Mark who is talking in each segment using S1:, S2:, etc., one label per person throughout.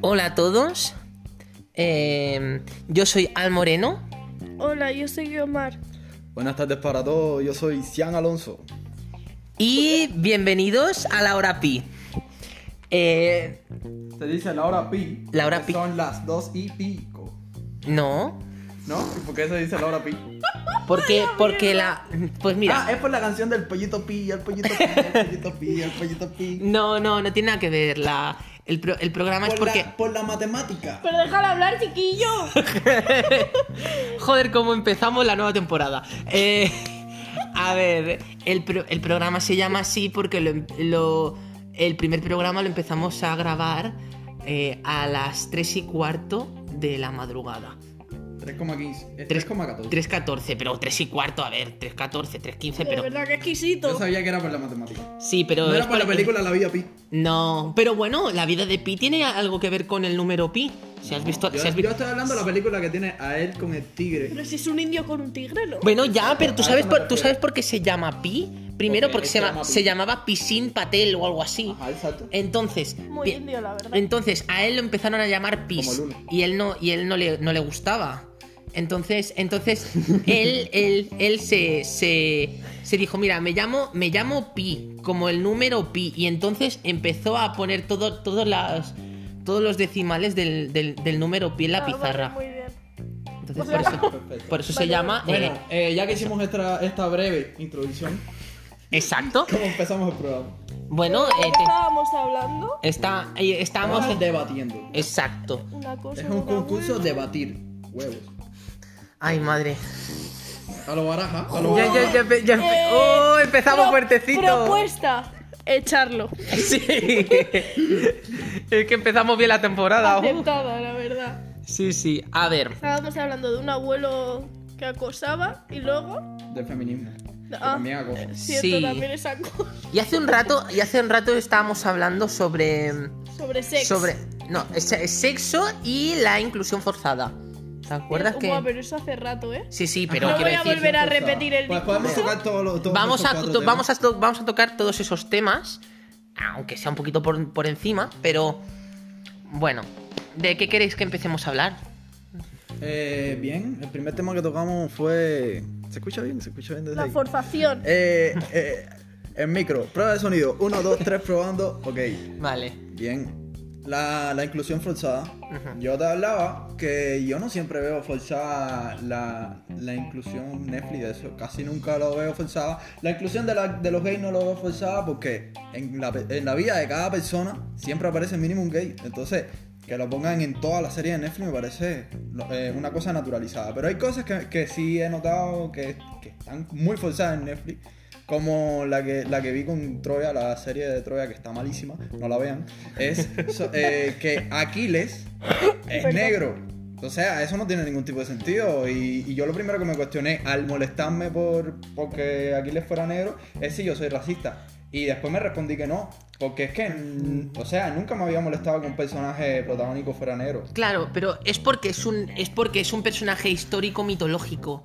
S1: Hola a todos. Eh, yo soy Al Moreno.
S2: Hola, yo soy Omar.
S3: Buenas tardes para todos, yo soy Cian Alonso.
S1: Y bienvenidos a la hora pi. Eh,
S3: Se dice la hora pi.
S1: La hora pi.
S3: porque Son las dos y pico.
S1: no,
S3: ¿No? ¿Y por qué se dice la hora pi?
S1: porque porque la pues mira,
S3: Ah, es por la canción del pollito pi, el pollito pi, el pollito pi, el pollito pi.
S1: no, no, no tiene nada que ver la el, pro- el programa es
S3: Por,
S1: porque
S3: la, por la matemática.
S2: Pero déjala hablar, chiquillo.
S1: Joder, cómo empezamos la nueva temporada. Eh, a ver, el, pro- el programa se llama así porque lo, em- lo- el primer programa lo empezamos a grabar eh, a las 3 y cuarto de la madrugada.
S3: 3,15. eh, 3,14.
S1: 3.14, pero 3 y cuarto, a ver, 3.14, 3.15,
S2: De
S1: pero...
S2: verdad que
S3: Yo
S2: exquisito.
S3: sabía que era por la matemática.
S1: Sí, pero...
S3: No
S1: es
S3: era por la
S1: para-
S3: película La Vida Pi.
S1: No, pero bueno, la vida de Pi tiene algo que ver con el número Pi. Si has visto...
S3: Yo,
S1: si has vi-
S3: yo estoy hablando de la película que tiene a él con el tigre.
S2: Pero si es un indio con un tigre, ¿no?
S1: Bueno, ya, pero tú
S3: a
S1: sabes,
S3: eso me
S1: por, tú
S3: refiero.
S1: sabes por qué se llama Pi. Primero
S3: Porque
S1: porque se,
S3: se
S1: llama-
S3: llama Pi.
S1: se llamaba Pisín Patel o algo así.
S3: Ajá, exacto.
S1: Eh, Entonces,
S2: Muy
S1: pi-
S2: indio, la verdad.
S1: entonces a él lo empezaron a llamar Pis
S3: Como Luna.
S1: y él no y él no le, no le gustaba. Entonces, entonces él, él, él se, se, se dijo, mira, me llamo, me llamo Pi, como el número Pi. Y entonces empezó a poner todo, todos las, todos los decimales del, del- del número Pi en la
S2: Ah, vale,
S1: pizarra. Eh,
S2: muy bien.
S1: Entonces, por eso,
S3: Perfecto.
S1: por eso se
S2: Vale.
S1: llama...
S3: Bueno,
S1: eh,
S3: eh, ya que hicimos esta, esta breve introducción,
S1: exacto.
S3: ¿cómo empezamos el programa?
S1: Bueno,
S2: ¿De
S1: eh,
S2: qué estábamos hablando?
S1: te- está, eh, estábamos...
S3: Estamos debatiendo.
S1: Exacto.
S2: Una cosa.
S3: Es
S2: no
S3: un
S2: da
S3: concurso
S2: huevo.
S3: debatir huevos.
S1: Ay, madre.
S3: A lo baraja, a lo
S1: Ya,
S3: baraja.
S1: ya, ya, empe- ya empe-
S2: Eh,
S1: ¡Oh! Empezamos
S2: pro-
S1: fuertecito.
S2: Propuesta: echarlo.
S1: Sí. es que empezamos bien la temporada. uh.
S2: Aceptada, la verdad.
S1: Sí, sí. A ver.
S2: Estábamos hablando de un abuelo que acosaba y luego.
S3: Del feminismo. que
S2: Ah.
S3: También hago.
S2: Cierto,
S1: Sí.
S2: también esa cosa.
S1: Y hace un rato, y hace un rato estábamos hablando sobre.
S2: Sobre sexo.
S1: Sobre. No, es- es sexo y la inclusión forzada. ¿Te acuerdas que.?
S2: Eh, pero eso hace rato, ¿eh?
S1: Sí, sí, pero
S2: No voy
S1: quiero
S2: a
S1: decir.
S2: volver a repetir el
S3: Pues podemos
S2: discurso.
S3: tocar todos los. todos
S1: Vamos
S3: esos
S1: a,
S3: cuatro
S1: to-
S3: temas.
S1: vamos, a, to- vamos a tocar todos esos temas, aunque sea un poquito por, por encima, pero bueno, ¿de qué queréis que empecemos a hablar?
S3: Eh, bien, el primer tema que tocamos fue. ¿Se escucha bien? ¿Se escucha bien desde
S2: La
S3: ahí?
S2: forzación.
S3: Eh, eh, el micro, prueba de sonido. 1, 2, 3, probando. Ok,
S1: Vale.
S3: bien. La, la inclusión forzada. Yo te hablaba que yo no siempre veo forzada la, la inclusión Netflix, de eso casi nunca lo veo forzada. La inclusión de, la- de los gays no lo veo forzada porque en la, pe- en la vida de cada persona siempre aparece mínimo un gay. Entonces, que lo pongan en toda la serie de Netflix me parece lo- eh, una cosa naturalizada. Pero hay cosas que, que sí he notado que, que están muy forzadas en Netflix. Como la que, la que vi con Troya, la serie de Troya que está malísima, no la vean. Es so- eh, que Aquiles es
S2: Perdón.
S3: negro. O sea, eso no tiene ningún tipo de sentido. Y, y yo lo primero que me cuestioné al molestarme por porque Aquiles fuera negro es si yo soy racista. Y después me respondí que no. Porque es que, mm, o sea, nunca me había molestado que un personaje protagónico fuera negro.
S1: Claro, pero es porque es un es porque es un personaje histórico mitológico.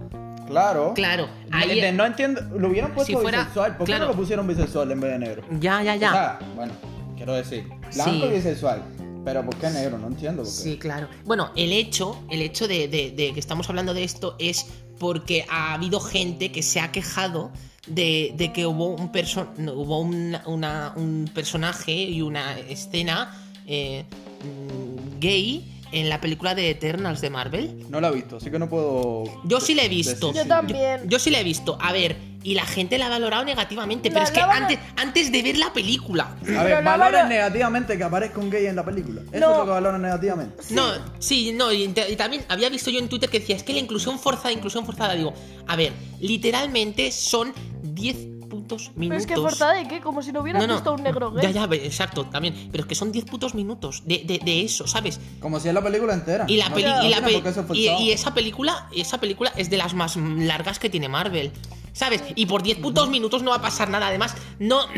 S3: Claro.
S1: Claro, ahí-
S3: Ahí, no entiendo. Lo hubieran puesto
S1: fuera-
S3: bisexual. ¿Por qué
S1: claro.
S3: no lo pusieron bisexual en vez de negro?
S1: Ya, ya, ya.
S3: O sea, bueno, quiero decir, blanco
S1: Sí.
S3: y bisexual. Pero ¿por qué negro? No entiendo. Por qué.
S1: Sí, claro. Bueno, el hecho, el hecho de, de- de que estamos hablando de esto es porque ha habido gente que se ha quejado de, de que hubo un perso- no, hubo una- una- un personaje y una escena eh, mm, gay en la película de Eternals de Marvel.
S3: No la he visto, así que no puedo.
S1: Yo sí la he visto.
S3: decir
S2: Yo
S3: si-
S2: también.
S1: Yo sí la he visto. A ver, y la gente la ha valorado negativamente,
S2: La-
S1: pero es que
S2: la van a-
S1: antes, antes de ver la película.
S3: A
S2: Pero
S3: ver,
S2: no
S3: valoran
S2: valor-
S3: negativamente que aparezca un gay en la película. Eso
S2: No.
S3: es lo que valoran negativamente.
S1: No, sí, no, y, te- y también había visto yo en Twitter que decía, es que la inclusión forzada, inclusión forzada, digo, a ver, literalmente son 10 putos
S2: Pero
S1: minutos.
S2: es que forzada de qué, como si no hubieran
S1: No, no.
S2: visto a un negro gay.
S1: Ya, ya, ve- exacto, también. Pero es que son 10 putos minutos de, de- de eso, ¿sabes?
S3: Como si es la película entera.
S1: Y la
S3: No
S1: peli-
S3: tiene-
S1: y
S3: no
S1: la
S3: tiene
S1: pe-
S3: por qué ser
S1: y-
S3: forzado.
S1: y esa película, esa película es de las más largas que tiene Marvel. ¿Sabes? Y por 10 putos minutos no va a pasar nada. Además, no.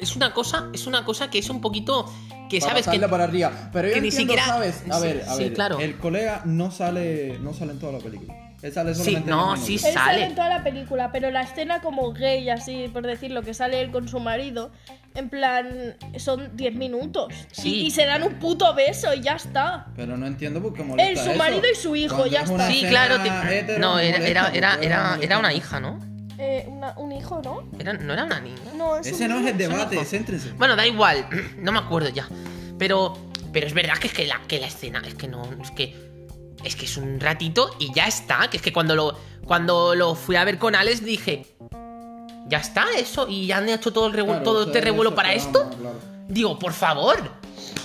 S1: Es una cosa, es una cosa que es un poquito. Que
S3: Para
S1: sabes que.
S3: pasarla para arriba. Pero yo
S1: que ni
S3: entiendo,
S1: siquiera-
S3: ¿sabes? A
S1: sí,
S3: ver, a
S1: sí,
S3: ver.
S1: claro.
S3: El colega no sale, no sale en toda la película. Él sale
S1: Sí,
S3: solamente
S1: no,
S3: unos
S1: sí,
S4: Él
S1: sí.
S3: minutos.
S1: Sale.
S4: sale en toda la película, pero la escena como gay, así por decirlo, que sale él con su marido, en plan, son 10 minutos.
S1: Sí.
S4: Y, y se dan un puto beso y ya está.
S3: Pero no entiendo por qué molesta
S4: Él, su
S3: eso.
S4: marido y su hijo,
S3: Cuando
S4: ya
S3: es una
S4: está.
S1: Sí,
S3: escena
S1: claro. te-
S3: hetero,
S1: No, era,
S3: molesta,
S1: era,
S3: ¿por
S1: era,
S3: qué
S1: era,
S3: molesta?
S1: era una hija, ¿no?
S4: Eh, una- un hijo, ¿no?
S1: Era- no era una niña.
S4: No, es
S3: Ese
S4: un
S3: no es
S4: hijo.
S3: el debate,
S1: hijo.
S3: céntrense.
S1: Bueno, da igual, no me acuerdo ya. Pero, pero es verdad que es que la, que la escena, es que no, es que. Es que es un ratito y ya está. Que es que cuando lo, cuando lo fui a ver con Alex dije. Ya está, eso. Y ya han hecho todo, el revu-
S3: Claro,
S1: todo
S3: o
S1: este
S3: sea,
S1: revuelo
S3: eso
S1: para
S3: te da
S1: esto.
S3: más, claro.
S1: Digo, por favor.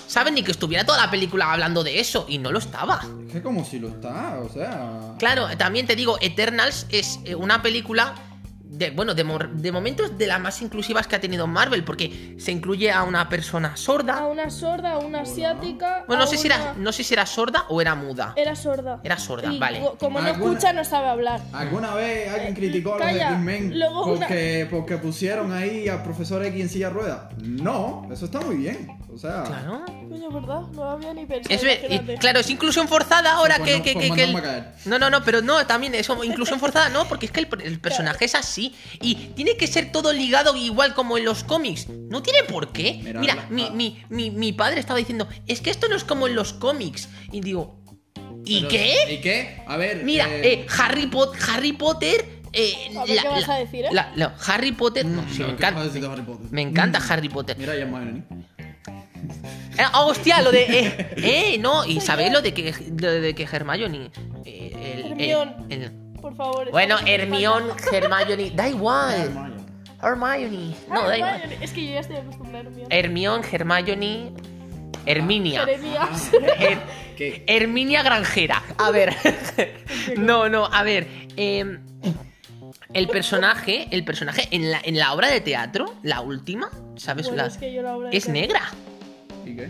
S1: ¿Saben? Ni que estuviera toda la película hablando de eso. Y no lo estaba.
S3: Es que como si lo está, o sea.
S1: Claro, también te digo, Eternals es eh, una película de, bueno, de, mor- de momentos de las más inclusivas que ha tenido Marvel, porque se incluye a una persona
S4: A
S1: sorda.
S4: una sorda, a una asiática.
S1: Bueno,
S4: a
S1: no sé, si era,
S4: una-
S1: no sé si era sorda o era muda.
S4: Era sorda.
S1: Era sorda,
S4: Y
S1: vale.
S4: go- como no
S3: Alguna-
S4: escucha, no sabe hablar.
S3: ¿Alguna vez alguien
S4: Eh,
S3: criticó a los
S4: calla,
S3: X-Men
S4: luego una-
S3: porque, porque pusieron ahí al profesor X en silla de ruedas? No, eso está muy bien. O sea,
S1: Claro.
S4: Coño, ¿verdad? No lo había ni pensado.
S1: Es, ver- y-
S4: imagínate.
S1: claro, es inclusión forzada ahora
S3: Por
S1: que...
S3: pues no-
S1: que-
S3: por
S1: que-
S3: no
S1: que el-
S3: me caer.
S1: No, no, no, pero no, también eso, inclusión forzada no, porque es que el, el personaje es así. Y tiene que ser todo ligado igual como en los cómics. No tiene por qué.
S3: Mira,
S1: Mira,
S3: la-
S1: mi,
S3: ah.
S1: mi, mi, mi padre estaba diciendo, es que esto no es como en los cómics. Y digo, ¿y
S3: pero-
S1: qué?
S3: ¿Y qué? A ver.
S1: Mira,
S3: eh,
S1: eh, Harry, Pot- Harry Potter. eh,
S4: A ver, ¿qué vas a decir, eh?
S1: la- la- Harry Potter. No,
S3: mm,
S1: sí, me
S3: ¿qué
S1: encanta.
S3: vas a decir de Harry Potter?
S1: Me encanta
S3: Mm.
S1: Harry Potter.
S3: Mira, ya Hermione.
S1: Eh, ah, hostia, lo de. Eh, eh, no, y sabéis lo de que, lo de que Hermione. eh, el- el-
S4: Hermione.
S1: el-
S4: Por favor.
S1: bueno,
S4: estamos en
S1: Hermione, Hermione. Da igual.
S3: Hermione.
S1: Hermione.
S4: España.
S1: No,
S4: Ah,
S1: da igual.
S4: vale, Es que yo ya estoy acostumbrada a Hermione.
S1: Hermione, Hermione. Herminia.
S4: Jeremías.
S1: Her-
S3: ¿Qué?
S1: Herminia Granjera. A ver. no, no, a ver. em, el personaje, el personaje en la, en la obra de teatro, la última, ¿sabes?
S4: Bueno,
S1: La-
S4: es que yo la obra de
S1: es
S4: teatro-
S1: negra.
S3: ¿Y qué?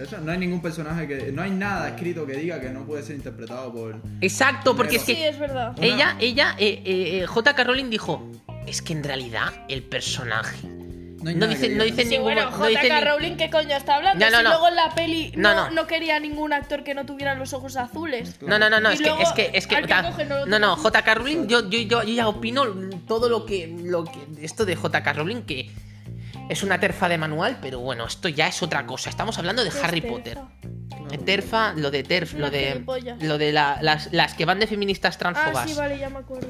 S3: Eso, no hay ningún personaje que. No hay nada escrito que diga que no puede ser interpretado por.
S1: Exacto, porque es
S4: Sí,
S1: que
S4: es verdad.
S3: Una-
S1: ella, ella, eh, eh, eh, J.K. Rowling dijo, es que en realidad el personaje. No
S3: hay nada que
S1: dice- no
S3: diga
S1: dice
S3: que
S4: Sí,
S1: ningún-
S4: bueno,
S1: no dice
S4: J.K.
S1: ni-
S4: Rowling, ¿qué coño está hablando?
S1: No, no,
S4: Si
S1: no.
S4: luego en la peli
S1: No,
S4: no,
S1: no.
S4: no quería ningún actor que no tuviera los ojos azules.
S1: No, no, no, no,
S4: Y
S1: es que,
S4: luego,
S1: es que, es que,
S4: al que
S1: ta-
S4: coge no lo
S1: no, no,
S4: tiene.
S1: J.K. Rowling, yo, yo, yo, yo ya opino todo lo que, lo que, esto de J.K. Rowling que es una terfa de manual, pero bueno, esto ya es otra cosa. Estamos hablando de
S4: Qué
S1: Harry
S4: esterfa.
S1: Potter.
S3: Claro.
S1: Terfa, lo de terf,
S4: Una
S1: lo de,
S4: gilipollas.
S1: lo de la- las, las que van de feministas
S4: Ah,
S1: transfobas.
S4: sí, vale, ya me acuerdo.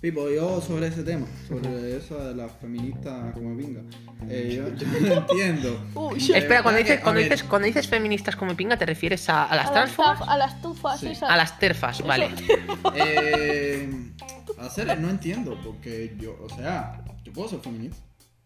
S3: Pipo, yo sobre ese tema, sobre eso de las feministas como pinga, eh, yo, yo no entiendo.
S4: Uy.
S3: De
S1: Espera, cuando
S3: verdad
S1: dices,
S3: que, a
S1: cuando,
S3: ver,
S1: dices, cuando dices feministas como pinga, ¿te refieres a, a las
S4: A las,
S1: transfobas?
S4: taf- a las tufas,
S3: Sí.
S4: esas.
S1: A las terfas, vale.
S3: eh, hacer, no entiendo, porque yo, o sea, yo puedo ser feminista,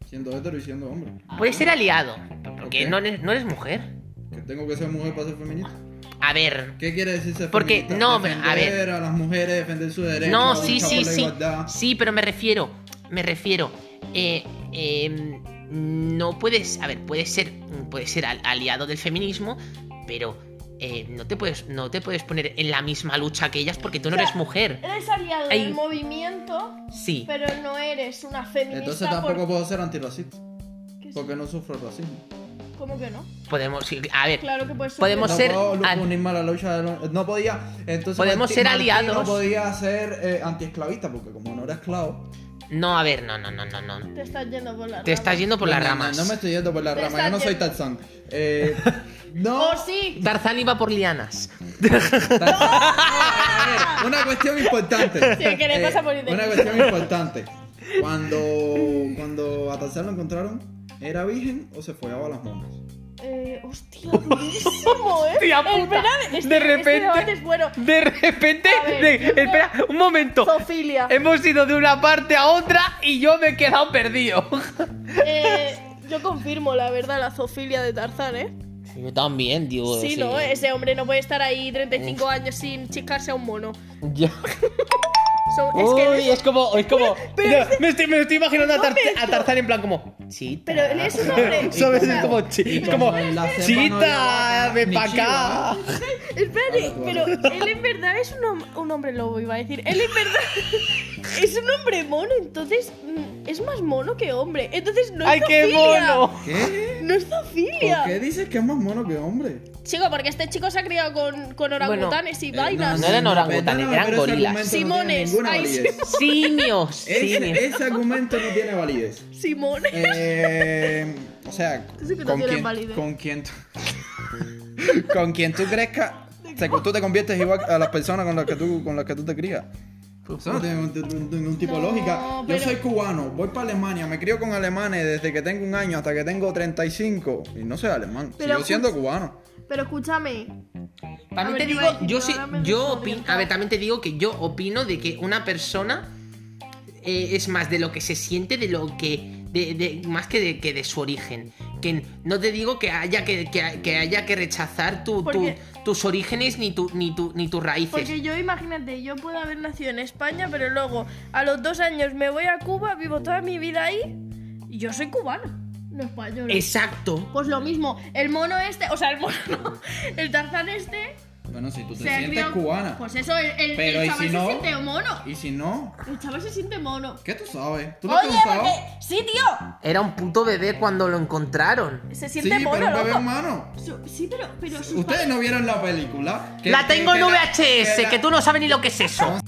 S3: siendo hetero y siendo hombre.
S1: Puedes ser aliado, porque
S3: Ok.
S1: no, eres, no eres mujer.
S3: ¿Que tengo que ser mujer para ser feminista?
S1: A ver,
S3: ¿Qué quiere decir ser
S1: Porque,
S3: feminista?
S1: no, pero, a ver.
S3: Defender a las mujeres, defender su derecho,
S1: No, sí,
S3: luchar
S1: sí,
S3: por la
S1: sí.
S3: igualdad.
S1: Sí, pero me refiero. Me refiero. eh, eh, no puedes. A ver, puedes ser. Puedes ser al- aliado del feminismo, pero. eh, no, te puedes, no te puedes poner en la misma lucha que ellas porque tú no
S4: O sea,
S1: eres mujer.
S4: Eres aliado
S1: Ay.
S4: del movimiento,
S1: Sí.
S4: pero no eres una feminista.
S3: Entonces tampoco
S4: por-
S3: puedo ser antirracista,
S4: ¿Qué es-
S3: porque no sufro racismo.
S4: ¿Cómo que no?
S1: Podemos. ir- A ver.
S4: Claro que puedes
S1: Podemos
S3: no
S1: ser
S3: puedo
S1: al-
S3: unirme a la lucha de los- no podía entonces
S1: Podemos ser aliados.
S3: no podía ser eh, antiesclavista porque como no era esclavo
S1: No, a ver, no, no, no, no, no.
S4: Te estás yendo por la
S1: Te estás
S4: rama.
S1: yendo por
S3: No,
S1: las
S3: no, no,
S1: ramas.
S3: no, me estoy yendo por la
S4: Te
S3: rama
S4: estás
S3: yo no soy
S4: yendo.
S3: Tarzán Eh, no
S4: ¡Oh, sí!
S1: Tarzán iba por lianas.
S3: a ver, una cuestión importante Eh,
S4: Sí, que le pasa por
S3: una
S4: internet.
S3: cuestión importante cuando cuando a Tarzán lo encontraron era virgen o se follaba a las monas
S4: Eh, hostia, durísimo, ¿eh?
S1: Hostia puta.
S4: El verano- este-
S1: De repente-
S4: Este debate es bueno.
S1: De repente.
S4: A ver, de- yo creo- espera,
S1: un momento.
S4: Zoofilia.
S1: Hemos ido de una parte a otra y yo me he quedado perdido.
S4: Eh, yo confirmo, la verdad, la zoofilia de Tarzán, ¿eh?
S1: Yo también, digo.
S4: Sí, no, ese hombre no puede estar ahí 35 años sin chiscarse a un mono.
S1: Yo-
S4: Son- es
S1: Uy,
S4: que
S1: es como, es como.
S4: pero
S1: no, me, estoy, me estoy imaginando a,
S4: No
S1: Tar-
S4: me esto.
S1: a Tarzán en plan como. Chita.
S4: Pero él es un hombre.
S1: ¿Sabes? Es como, chi-
S3: Y
S1: es como,
S3: como en la selva no
S1: chita,
S3: había
S1: ven
S3: ni
S1: pa'
S3: chiva,
S1: acá.
S4: Espérate,
S3: Habla tú,
S4: pero
S3: habla
S4: él en verdad es un, hom- un hombre lobo, iba a decir. Él en verdad.
S2: Es un hombre mono, entonces mm, es más mono que hombre. Entonces no es
S1: ¡Ay, qué
S2: zoofilia.
S1: mono!
S3: ¿Qué?
S2: No es
S3: ¿Por
S2: zoofilia.
S3: ¿eh? qué dices que es más mono que hombre?
S2: Chico, porque este chico se ha criado con, con orangutanes y
S3: Eh,
S2: vainas.
S1: no, eran orangutanes,
S3: perdóname,
S1: eran
S3: pero ese
S1: gorilas.
S3: argumento
S2: Simones,
S3: No tiene ninguna
S2: ay,
S3: validez.
S1: Simios,
S3: Ese,
S1: simios.
S3: ese argumento no tiene validez.
S2: Simón.
S3: Eh, o sea,
S2: Eso que no
S3: con,
S2: tiene
S3: quien,
S2: validez.
S3: con quien tú- con quien tú crezcas, te- tú te conviertes igual a las personas con las que tú, con las que tú te crías. Eso no tiene ningún, ningún tipo de
S2: No,
S3: lógica. Yo
S2: pero-
S3: soy cubano, voy para Alemania, me crío con alemanes desde que tengo un año hasta que tengo 35 y no soy alemán,
S2: Pero pues
S3: sigo siendo cubano.
S2: Pero escúchame. A
S1: También
S2: ver,
S1: te
S2: yo
S1: digo,
S2: iba a decir, pero
S1: yo sí,
S2: ahora me
S1: yo opino,
S2: desorienta.
S1: a ver, también te digo que yo opino de que una persona eh, es más de lo que se siente, de lo que, de, de- más que de, que de su origen. Que no te digo que haya que, que- que haya que rechazar tu- tu-
S2: Porque-
S1: tus orígenes ni tu, ni tu, ni tus raíces.
S2: Porque yo, imagínate, yo puedo haber nacido en España, pero luego a los dos años me voy a Cuba, vivo toda mi vida ahí. Y yo soy cubana, no española.
S1: Exacto.
S2: Pues lo mismo, el mono este, o sea, el mono no, el tarzán este.
S3: Bueno, si tú te
S2: se ha
S3: sientes
S2: criado-
S3: cubana
S2: Pues eso, el, el- el
S3: Pero, ¿y
S2: chaval
S3: si
S2: se
S3: no?
S2: siente mono.
S3: y si no,
S2: El chaval se siente mono.
S3: ¿qué tú sabes? ¿Tú lo has
S2: Oye,
S3: pensado?
S2: porque. Sí, tío.
S1: Era un puto bebé cuando lo encontraron.
S2: Se
S3: Sí,
S2: siente mono,
S3: pero un bebé
S2: loco.
S3: humano.
S2: Su- sí, pero. pero sus
S3: Ustedes no vieron la película. Que-
S1: la
S3: que-
S1: tengo
S3: que
S1: en
S3: la-
S1: VHS, que,
S3: la-
S1: tú no sabes ni lo que es eso.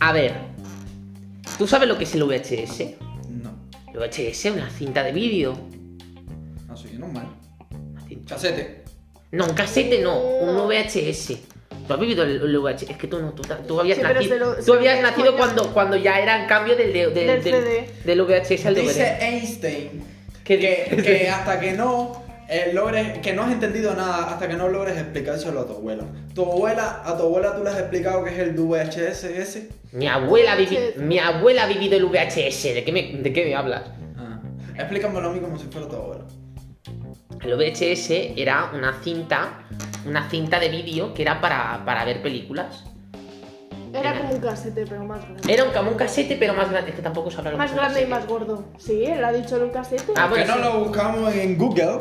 S1: A ver, ¿tú sabes lo que es el VHS?
S3: No,
S1: El VHS es una cinta de vídeo.
S3: así que normal.
S1: Una cinta-
S3: Chacete.
S1: No, un casete no, un VHS. Tú has vivido el, el VHS, es que tú no, tú, tú habías
S2: Sí, pero
S1: nacido,
S2: se lo-
S1: tú
S2: se lo
S1: habías nacido
S2: coño.
S1: cuando, cuando ya era el cambio del, de- de-
S2: Del
S1: del,
S2: CD.
S1: del VHS al DVD.
S3: Dice Einstein
S1: ¿Qué
S3: que,
S1: dice?
S3: que hasta que no eh, logres, que no has entendido nada, hasta que no logres explicárselo a tu abuela. Tu abuela, a tu abuela tú le has explicado que es el VHS ese.
S1: Mi abuela, ha vivi-
S2: VHS.
S1: mi abuela ha vivido el VHS. ¿De qué, me, ¿De qué me hablas?
S3: Ah. Explícamelo a mí como si fuera tu abuela.
S1: El VHS era una cinta, una cinta de vídeo que era para, para ver películas.
S4: Era como un casete, pero más grande.
S1: Era un, como un casete, pero más grande. Es que tampoco se habla lo que
S4: Más
S1: es un
S4: grande y
S1: casete.
S4: más gordo. Sí, él ha dicho en un casete.
S1: Ah, bueno,
S3: que no
S1: sí.
S3: lo buscamos en Google.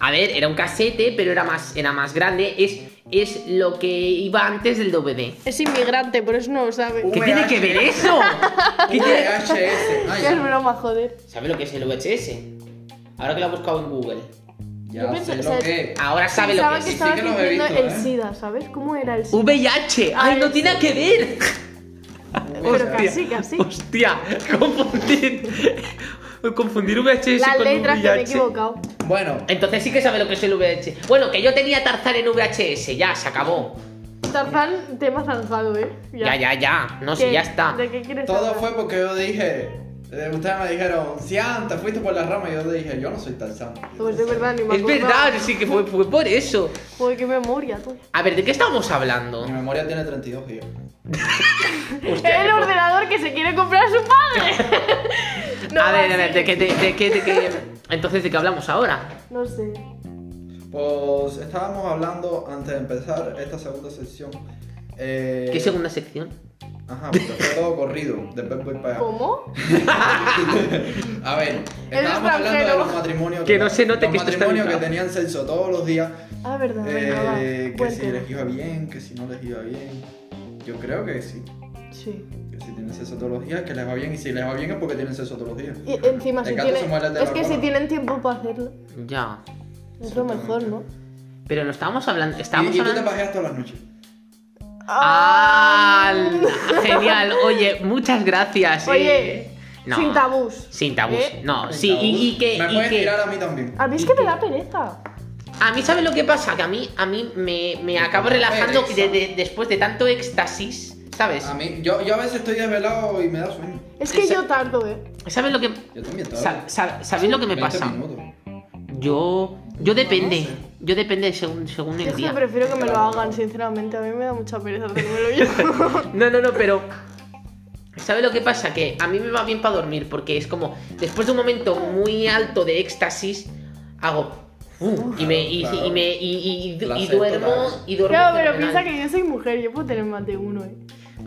S1: A ver, era un casete, pero era más, era más grande. Es, es lo que iba antes del DVD.
S4: Es inmigrante, por eso no lo sabe.
S1: ¿Qué
S3: VH.
S1: tiene que ver eso? ¿Qué tiene-
S3: VHS. Ay,
S4: Es broma, joder.
S1: ¿Sabes lo que es el VHS? Ahora que lo ha buscado en Google.
S3: ya
S4: Yo pensé-
S3: sé
S4: o
S3: lo
S4: sea,
S3: que es.
S1: Ahora sabe lo
S4: Pensaba
S1: que
S4: que
S1: es.
S3: estaba-
S4: estabas
S3: que lo he
S4: diciendo
S3: visto,
S4: el
S3: ¿eh?
S4: SIDA, ¿sabes? ¿Cómo era
S1: Uh,
S4: el SIDA?
S1: VIH. Ay,
S4: Ay,
S1: no
S4: sí.
S1: tiene que ver.
S4: Pero casi, casi.
S1: Hostia, confundir. confundir VHS
S4: Las
S1: con
S4: letras que me he
S1: VIH.
S4: equivocado.
S3: Bueno,
S1: Entonces sí que sabe lo que es el VHS. Bueno, que yo tenía Tarzán en VHS, ya, se acabó.
S4: Tarzán, te has zanjado, ¿eh?
S1: Ya, ya, ya. No sé,
S4: ¿Qué?
S1: ya está.
S4: ¿De qué quieres
S3: todo
S4: hablar?
S3: fue porque yo dije. eh, Ustedes me dijeron, Cian, te fuiste por la rama. Y yo dije, yo no soy Tarzán.
S4: Pues de verdad, ni me
S1: Es verdad, sí que fue, fue por eso.
S4: Porque qué memoria, tú.
S1: A ver, ¿de qué estábamos hablando?
S3: Mi memoria tiene 32 gigas.
S1: Hostia,
S4: el
S1: qué-
S4: ordenador que se quiere comprar a su padre. No,
S1: a ver,
S4: va,
S1: a ver,
S4: sí.
S1: ¿de qué, de, de qué, de qué? Entonces, ¿de qué hablamos ahora?
S4: No sé.
S3: Pues estábamos hablando antes de empezar esta segunda sección. Eh,
S1: ¿Qué segunda sección?
S3: Ajá, porque fue todo corrido. Después voy para allá.
S4: ¿Cómo?
S3: A ver,
S4: Es
S3: estábamos hablando de
S4: extranjero.
S3: los matrimonios
S1: Que no se note
S3: los
S1: que esto está
S3: matrimonios que
S1: editado.
S3: tenían sexo todos los días.
S4: Ah, verdad, venga, va.
S3: eh, que si
S4: Cuéntelo.
S3: les iba bien, que si no les iba bien. Yo creo que sí.
S4: Sí.
S3: Que si tienen sexo todos los días, que les va bien. Y si les va bien es porque tienen sexo todos los días.
S4: Y encima,
S3: El
S4: si
S3: gato se
S4: tienen.
S3: muere de la
S4: Es que si
S3: cola.
S4: tienen tiempo para hacerlo,
S1: Ya.
S4: es lo mejor, ¿no?
S1: Pero no estábamos hablando.
S3: Y,
S1: Estábamos
S3: y tú te
S1: hablando.
S3: pajeas todas las noches.
S1: ¡Ah! Genial. Oye, muchas gracias.
S4: Oye,
S1: eh. No.
S4: Sin tabús.
S1: Sin tabús.
S4: ¿Eh?
S1: No,
S3: Sin
S1: sí, y, y
S3: tabús.
S1: que.
S3: Me
S1: y
S3: puedes
S1: que-
S3: tirar a mí también.
S4: A mí es que me da pereza.
S1: A mí, ¿sabes lo que pasa? Que a mí, a mí me, me acabo relajando
S3: Pereza.
S1: de- de- después de tanto éxtasis, ¿sabes?
S3: A mí, yo, yo a veces estoy desvelado y me da sueño.
S4: Es que
S1: Esa-
S4: yo tardo, ¿eh?
S1: ¿Sabes lo que,
S3: Yo también tardo.
S1: sa- sa- ¿sabéis lo que me
S3: 20
S1: pasa?
S3: minutos.
S1: Yo, yo depende,
S3: No, no sé.
S1: yo depende según, según
S4: Yo
S1: el
S4: es que
S1: día.
S4: prefiero que me lo hagan, sinceramente. A mí me da mucha pereza hacérmelo yo.
S1: No, no, no, pero... ¿Sabes lo que pasa? Que a mí me va bien para dormir, porque es como, después de un momento muy alto de éxtasis, hago... "Uh", y me y,
S3: Claro,
S1: y me y, y- y- y
S3: Placer
S1: duermo
S3: total.
S1: y duermo
S4: Claro, pero
S1: fenomenal.
S4: piensa que yo soy mujer, yo puedo tener más de uno, ¿eh?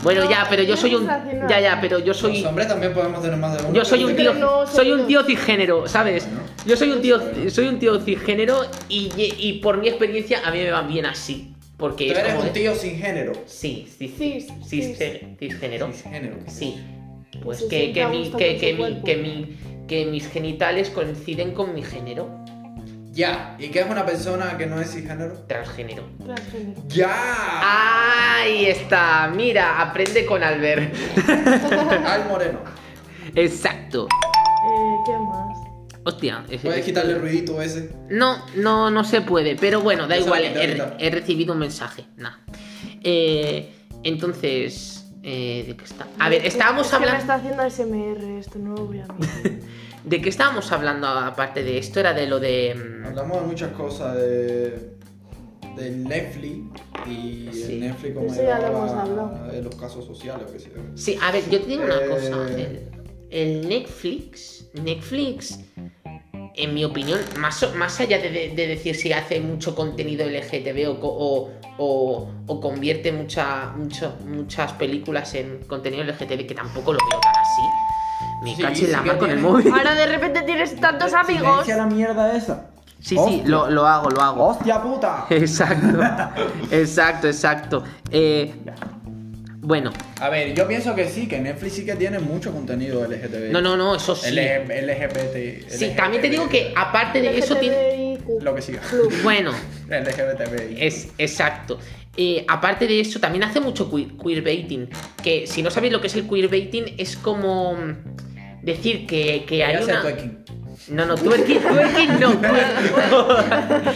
S1: Bueno,
S4: No,
S1: ya, pero yo
S4: no
S1: soy un.
S4: estás haciendo
S1: Ya,
S4: nada.
S1: ya, pero yo soy.
S3: Los hombres también podemos tener más de uno.
S1: Yo soy un
S4: Pero
S1: tío,
S4: no,
S1: soy un
S4: señor.
S1: tío cisgénero, ¿sabes? Yo soy un tío, soy un tío cisgénero y, y por mi experiencia a mí me van bien así, porque
S3: Tú
S1: es
S3: eres
S1: como
S3: un
S1: de-
S3: tío sin género.
S1: sí, sí, sí,
S4: Cis, cis.
S1: cisgénero,
S3: Sin género.
S1: sí. Pues
S4: Se
S1: que,
S4: sienta
S1: que,
S4: a
S1: mi-
S4: gusto
S1: que,
S4: con
S1: que
S4: su
S1: mi-
S4: cuerpo.
S1: que mi- que mis genitales coinciden con mi género
S3: Ya. ¿Y qué es una persona que no es sin género?
S1: transgénero.
S4: Transgénero.
S3: Ya.
S1: Ah. Ahí está, mira, aprende con Albert.
S3: Al moreno.
S1: Exacto.
S4: Eh, ¿Qué más?
S1: Hostia, es-
S3: Puedes quitarle el ruidito ese.
S1: No, no, no se puede, pero bueno, da
S3: Ya se
S1: igual,
S3: lo quité ahorita.
S1: he, he recibido un mensaje. Nah. Eh, entonces, eh, ¿de qué está? A ver, estábamos
S4: Es que me
S1: hablando.
S4: está haciendo ASMR esto, no lo voy a mirar.
S1: ¿De qué estábamos hablando aparte de esto? Era de lo de. mm,
S3: Hablamos de muchas cosas de, de Netflix y el
S1: Sí.
S3: Netflix como
S4: Eso ya lo
S3: llevaba
S4: hemos hablado.
S3: de los casos sociales o qué sé yo.
S1: Sí, a ver, yo te digo una
S3: Eh.
S1: cosa. El, el Netflix. Netflix. En mi opinión, más, o- más allá de, de- de decir si hace mucho contenido LGTB o, co- o, o- o convierte mucha, mucho- muchas películas en contenido LGTB, que tampoco lo veo tan así, me
S3: Sí,
S1: caché en la
S3: sí que
S1: mar con el
S3: tiene.
S1: móvil.
S4: Ahora de repente tienes tantos amigos.
S3: la mierda esa.
S1: Sí, sí, lo, lo hago, lo hago.
S3: ¡Hostia puta!
S1: Exacto, exacto, exacto. Eh, bueno,
S3: A ver, yo pienso que sí, que Netflix sí que tiene mucho contenido LGTB.
S1: no, no, no, eso sí.
S3: L- LGBT.
S1: Sí, también te digo que aparte de eso tiene...
S4: LGTBIQ.
S3: Lo que siga.
S1: Bueno,
S3: LGBTBI.
S1: es exacto. Eh, aparte de eso, también hace mucho queer- queerbaiting. Que si no sabéis lo que es el queerbaiting, es como mm, decir que, que hay
S3: Ya sé,
S1: una...
S3: twerking.
S1: No, no, twerking, twerking no. queer-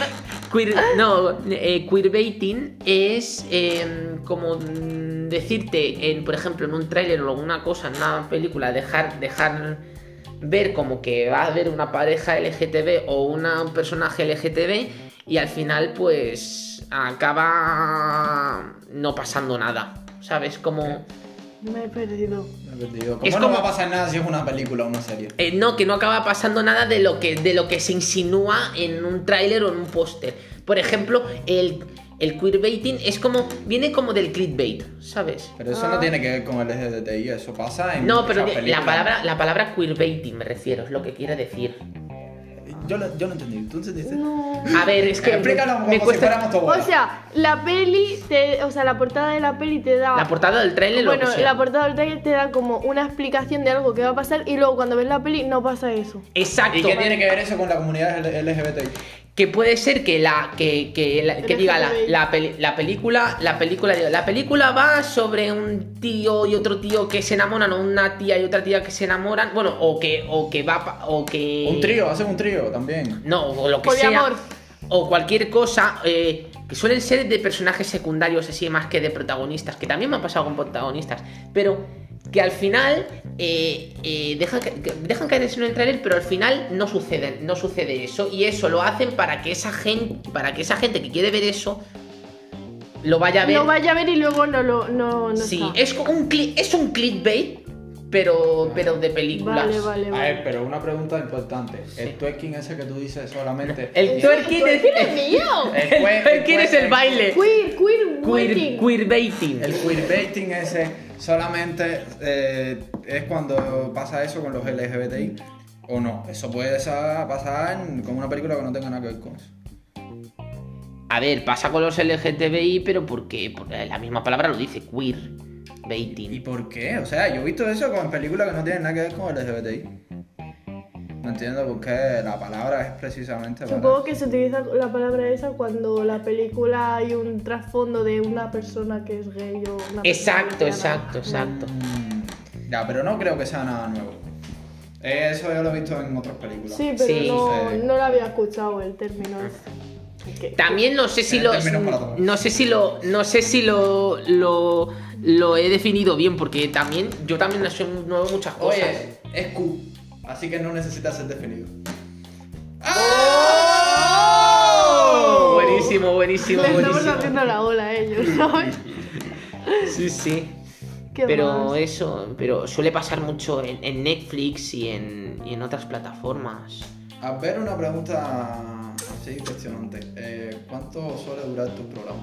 S1: queer- no, eh, queerbaiting es eh, como mm, decirte, en, por ejemplo, en un tráiler o alguna cosa, en una película, dejar, dejar ver como que va a haber una pareja LGTB o una- un personaje LGTB y al final pues acaba no pasando nada, ¿sabes? Como...
S4: Me he perdido.
S3: Me he perdido. ¿Cómo
S1: Es
S3: no
S1: como-
S3: va a pasar nada si es una película o una serie?
S1: Eh, no, que no acaba pasando nada de lo que, de lo que se insinúa en un tráiler o en un póster. Por ejemplo, el, el queerbaiting es como. viene como del clickbait, ¿sabes?
S3: Pero eso no tiene que ver con LGBTI, eso pasa en.
S1: Ah. No, pero
S3: muchas
S1: la
S3: películas.
S1: palabra, la palabra queerbaiting me refiero, es lo que quiere decir.
S3: Yo, lo- yo no entendí, tú entendiste.
S4: No.
S1: A ver, es que.
S3: Explícalo como
S1: me
S3: si
S1: cuesta.
S3: fuéramos tu abuela.
S4: O sea, la peli, te, o sea, la portada de la peli te da.
S1: La portada del tráiler lo
S4: bueno,
S1: que sea.
S4: la portada del trailer te da como una explicación de algo que va a pasar y luego cuando ves la peli no pasa eso.
S1: Exacto.
S3: ¿Y qué tiene que ver eso con la comunidad LGBTI?
S1: que puede ser que la que, que la- que
S4: Eres
S1: diga la,
S4: gay.
S1: la peli- la película la película digo, la película va sobre un tío y otro tío que se enamoran o una tía y otra tía que se enamoran bueno o que o que va pa- o que
S3: Un trío, hacen un trío también.
S1: no o lo que
S4: Poliamor.
S1: sea o cualquier cosa eh, que suelen ser de personajes secundarios así más que de protagonistas que también me ha pasado con protagonistas pero que al final eh, eh, dejan, ca- que- dejan caer eso en el trailer, pero al final no sucede, no sucede eso. Y eso lo hacen para que esa gente, para que esa gente que quiere ver eso lo vaya a ver.
S4: Lo vaya a ver y luego no lo no, no
S1: sí,
S4: está.
S1: es como un cli- es un clickbait, pero, pero de películas.
S4: Vale, vale,
S3: A ver,
S4: vale.
S3: pero una pregunta importante. El twerking ese que tú dices solamente.
S1: El twerking es,
S4: ¡Eres mío!
S3: El
S1: el
S3: cue-
S1: twerking es el
S3: cue-
S1: baile.
S4: Queer, queer,
S1: Queer,
S4: waiting.
S1: queerbaiting.
S3: El queerbaiting ese solamente eh, es cuando pasa eso con los LGBTI. O no, eso puede sa- pasar con una película que no tenga nada que ver con eso.
S1: A ver, pasa con los LGTBI, pero porque por- eh, la misma palabra lo dice, queer, baiting.
S3: ¿Y por qué? O sea, yo he visto eso con películas que no tienen nada que ver con LGBTI. No entiendo por qué la palabra es precisamente para
S4: Supongo que se utiliza la palabra esa cuando la película hay un trasfondo de una persona que es gay o una persona
S1: Exacto,
S4: lesbiana.
S1: exacto, exacto.
S3: Mm, Ya, pero no creo que sea nada nuevo. Eh, Eso yo lo he visto en otras películas.
S4: Sí, pero
S1: Sí.
S4: no,
S3: Sí.
S4: no lo había escuchado el término ese. Que-
S1: También no sé si
S3: Eh,
S1: lo.
S3: términos para todos.
S1: No sé si lo. No sé si lo. Lo, lo he definido bien, porque también. Yo también no sé no veo muchas cosas.
S3: Oye, es Q, así que no necesita ser definido.
S1: Oh, buenísimo, buenísimo,
S4: Le estamos
S1: buenísimo.
S4: haciendo la ola a ellos, ¿sabes?
S1: Sí, sí.
S4: ¿Qué
S1: Pero
S4: más?
S1: eso. Pero suele pasar mucho en, en Netflix y en, y en otras plataformas.
S3: A ver, una pregunta así cuestionante. Eh, ¿Cuánto suele durar tu programa?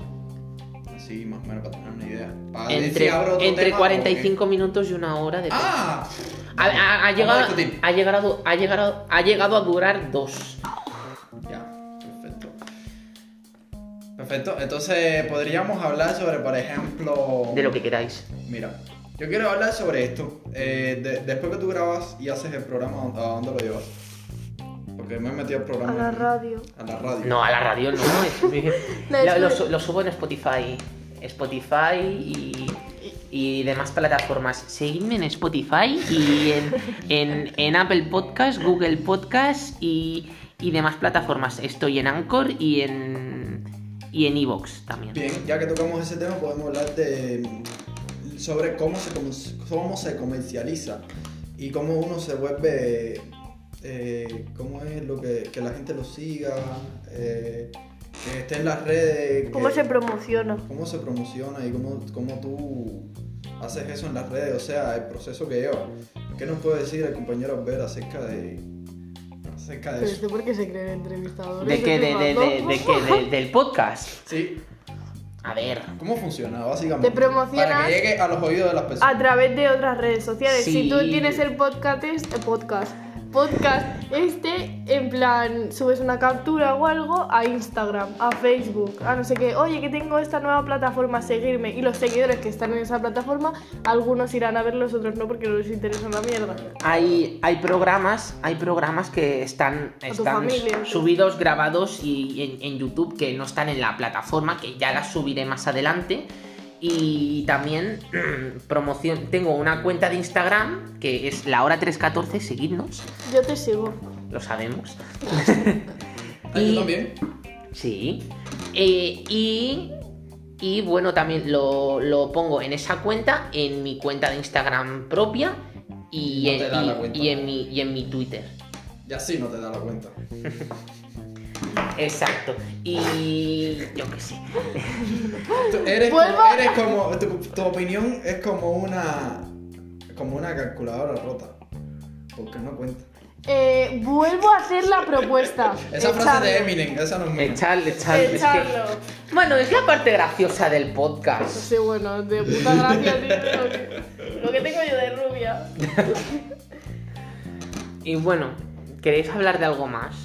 S3: así más o menos para tener una idea. Para ver si
S1: Entre,
S3: abro otro
S1: entre
S3: tema o
S1: 45 minutos y una hora de
S3: qué. ¡Ah!
S1: ha, ha- ha llegado,
S3: Vamos a discutir.
S1: ha, llegado, ha, llegado, ha llegado a durar dos.
S3: Ya, perfecto. Perfecto, entonces podríamos hablar sobre, por ejemplo...
S1: De lo que queráis.
S3: Mira, yo quiero hablar sobre esto. Eh, de- después que tú grabas y haces el programa, ¿a dónde lo llevas? Porque me he metido al
S4: A
S3: programa.
S4: la radio.
S3: A la radio.
S1: No, a la radio no. es-
S4: No,
S1: lo,
S4: es
S1: lo
S4: que-
S1: su- lo subo en Spotify. Spotify y, y demás plataformas. Seguidme en Spotify y en, en- en Apple Podcast, Google Podcast y, y demás plataformas. Estoy en Anchor y en y en Evox también.
S3: Bien, ya que tocamos ese tema, podemos hablar de sobre cómo se, com- cómo se comercializa y cómo uno se vuelve, eh, cómo es lo que, que la gente lo siga, eh, que esté en las redes,
S4: ¿Cómo
S3: que-
S4: se promociona?
S3: cómo se promociona y cómo, cómo tú haces eso en las redes, o sea, el proceso que lleva. ¿Qué nos puede decir el compañero Ver acerca de, acerca de
S4: Pero
S3: eso?
S4: este por qué se creen entrevistadores.
S1: ¿De qué? De, de- de- de qué? De- ¿Del podcast?
S3: Sí,
S1: A ver.
S3: ¿cómo funciona básicamente?
S4: Te promocionas-
S3: Para que llegue a los oídos de las personas.
S4: A través de otras redes sociales.
S1: Sí.
S4: Si tú tienes el podcast, este- eh, podcast, podcast este, en plan, subes una captura o algo a Instagram, a Facebook, a no sé qué. Oye, que tengo esta nueva plataforma, seguirme. Y los seguidores que están en esa plataforma, algunos irán a verlos, otros no, porque no les interesa una mierda.
S1: hay, hay programas hay programas que están,
S4: tu
S1: están
S4: familia.
S1: subidos grabados y en, en YouTube que no están en la plataforma que ya las subiré más adelante y también promoción tengo una cuenta de Instagram que es la hora 314 seguidnos
S4: Yo te sigo.
S1: lo sabemos
S3: Ah, yo también.
S1: Sí. Eh, y, y bueno, también lo, lo pongo en esa cuenta, en mi cuenta de Instagram propia y,
S3: No
S1: en-
S3: te da
S1: y-
S3: la cuenta.
S1: y en, mi, y en mi Twitter.
S3: Y así no te das la cuenta.
S1: Exacto. Y yo qué sé.
S3: Tú eres, como,
S4: Vuelvo.
S3: eres como- tu, tu opinión es como una como una calculadora rota. Porque no cuenta.
S4: Eh, vuelvo a hacer la propuesta.
S3: Esa frase
S4: Echarlo.
S3: de Eminem, esa no es mía.
S1: Echar, echar, es que-
S4: Echarlo.
S1: Bueno, es la parte graciosa del
S4: No
S1: podcast.
S4: sé, bueno, de puta gracia, tío, lo que- lo que tengo yo de rubia.
S1: Y bueno, ¿queréis hablar de algo más?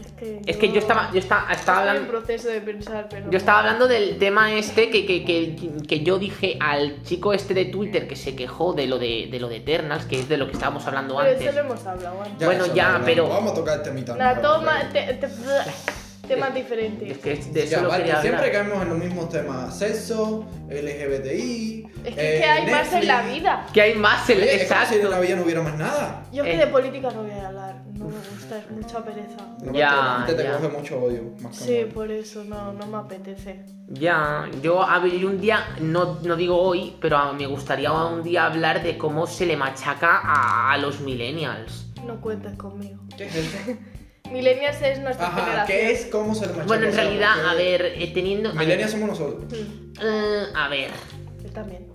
S4: Es que,
S1: Es que yo estaba, yo estaba, estaba
S4: Estoy
S1: hablando...
S4: en proceso de pensar, pero.
S1: Yo estaba hablando del tema este que, que- que- que yo dije al chico este de Twitter que se quejó de lo de, de lo de Eternals, que es de lo que estábamos hablando
S4: Pero eso
S1: antes.
S4: lo hemos hablado antes.
S1: Bueno,
S3: eso,
S1: ya,
S3: no, no,
S1: pero-
S3: Vamos a tocar este mitad.
S4: La toma. Te, te- temas diferentes.
S1: Es que es- de eso
S3: Ya,
S1: lo
S3: vale,
S1: quería
S3: siempre
S1: hablar.
S3: caemos en los mismos temas. Sexo, LGBTI.
S4: Es que, es que hay más en la vida.
S1: Que hay más el
S3: Oye, eh, es como si en la
S1: exacto.
S3: vida no hubiera más nada.
S4: Yo
S1: Eh.
S4: que de política no voy a hablar. No me gusta, es mucha pereza.
S3: Realmente
S1: Ya,
S3: la gente te
S1: ya.
S3: coge mucho odio. Más que
S4: Sí,
S3: amor.
S4: por eso no, no me apetece.
S1: Ya, yo a ver, yo un día, no, no digo hoy, pero a- me gustaría un día hablar de cómo se le machaca a, a los millennials.
S4: No cuentes conmigo.
S3: ¿Qué es eso?
S4: Millennials es nuestra
S3: Ajá,
S4: generación.
S3: ¿qué es? ¿Cómo se le machaca?
S1: Bueno,
S3: O
S1: en
S3: sea,
S1: realidad,
S3: porque
S1: a ver, eh, teniendo... a ver,
S3: Millennials somos nosotros.
S4: Mm,
S1: eh, a ver.
S4: Yo también.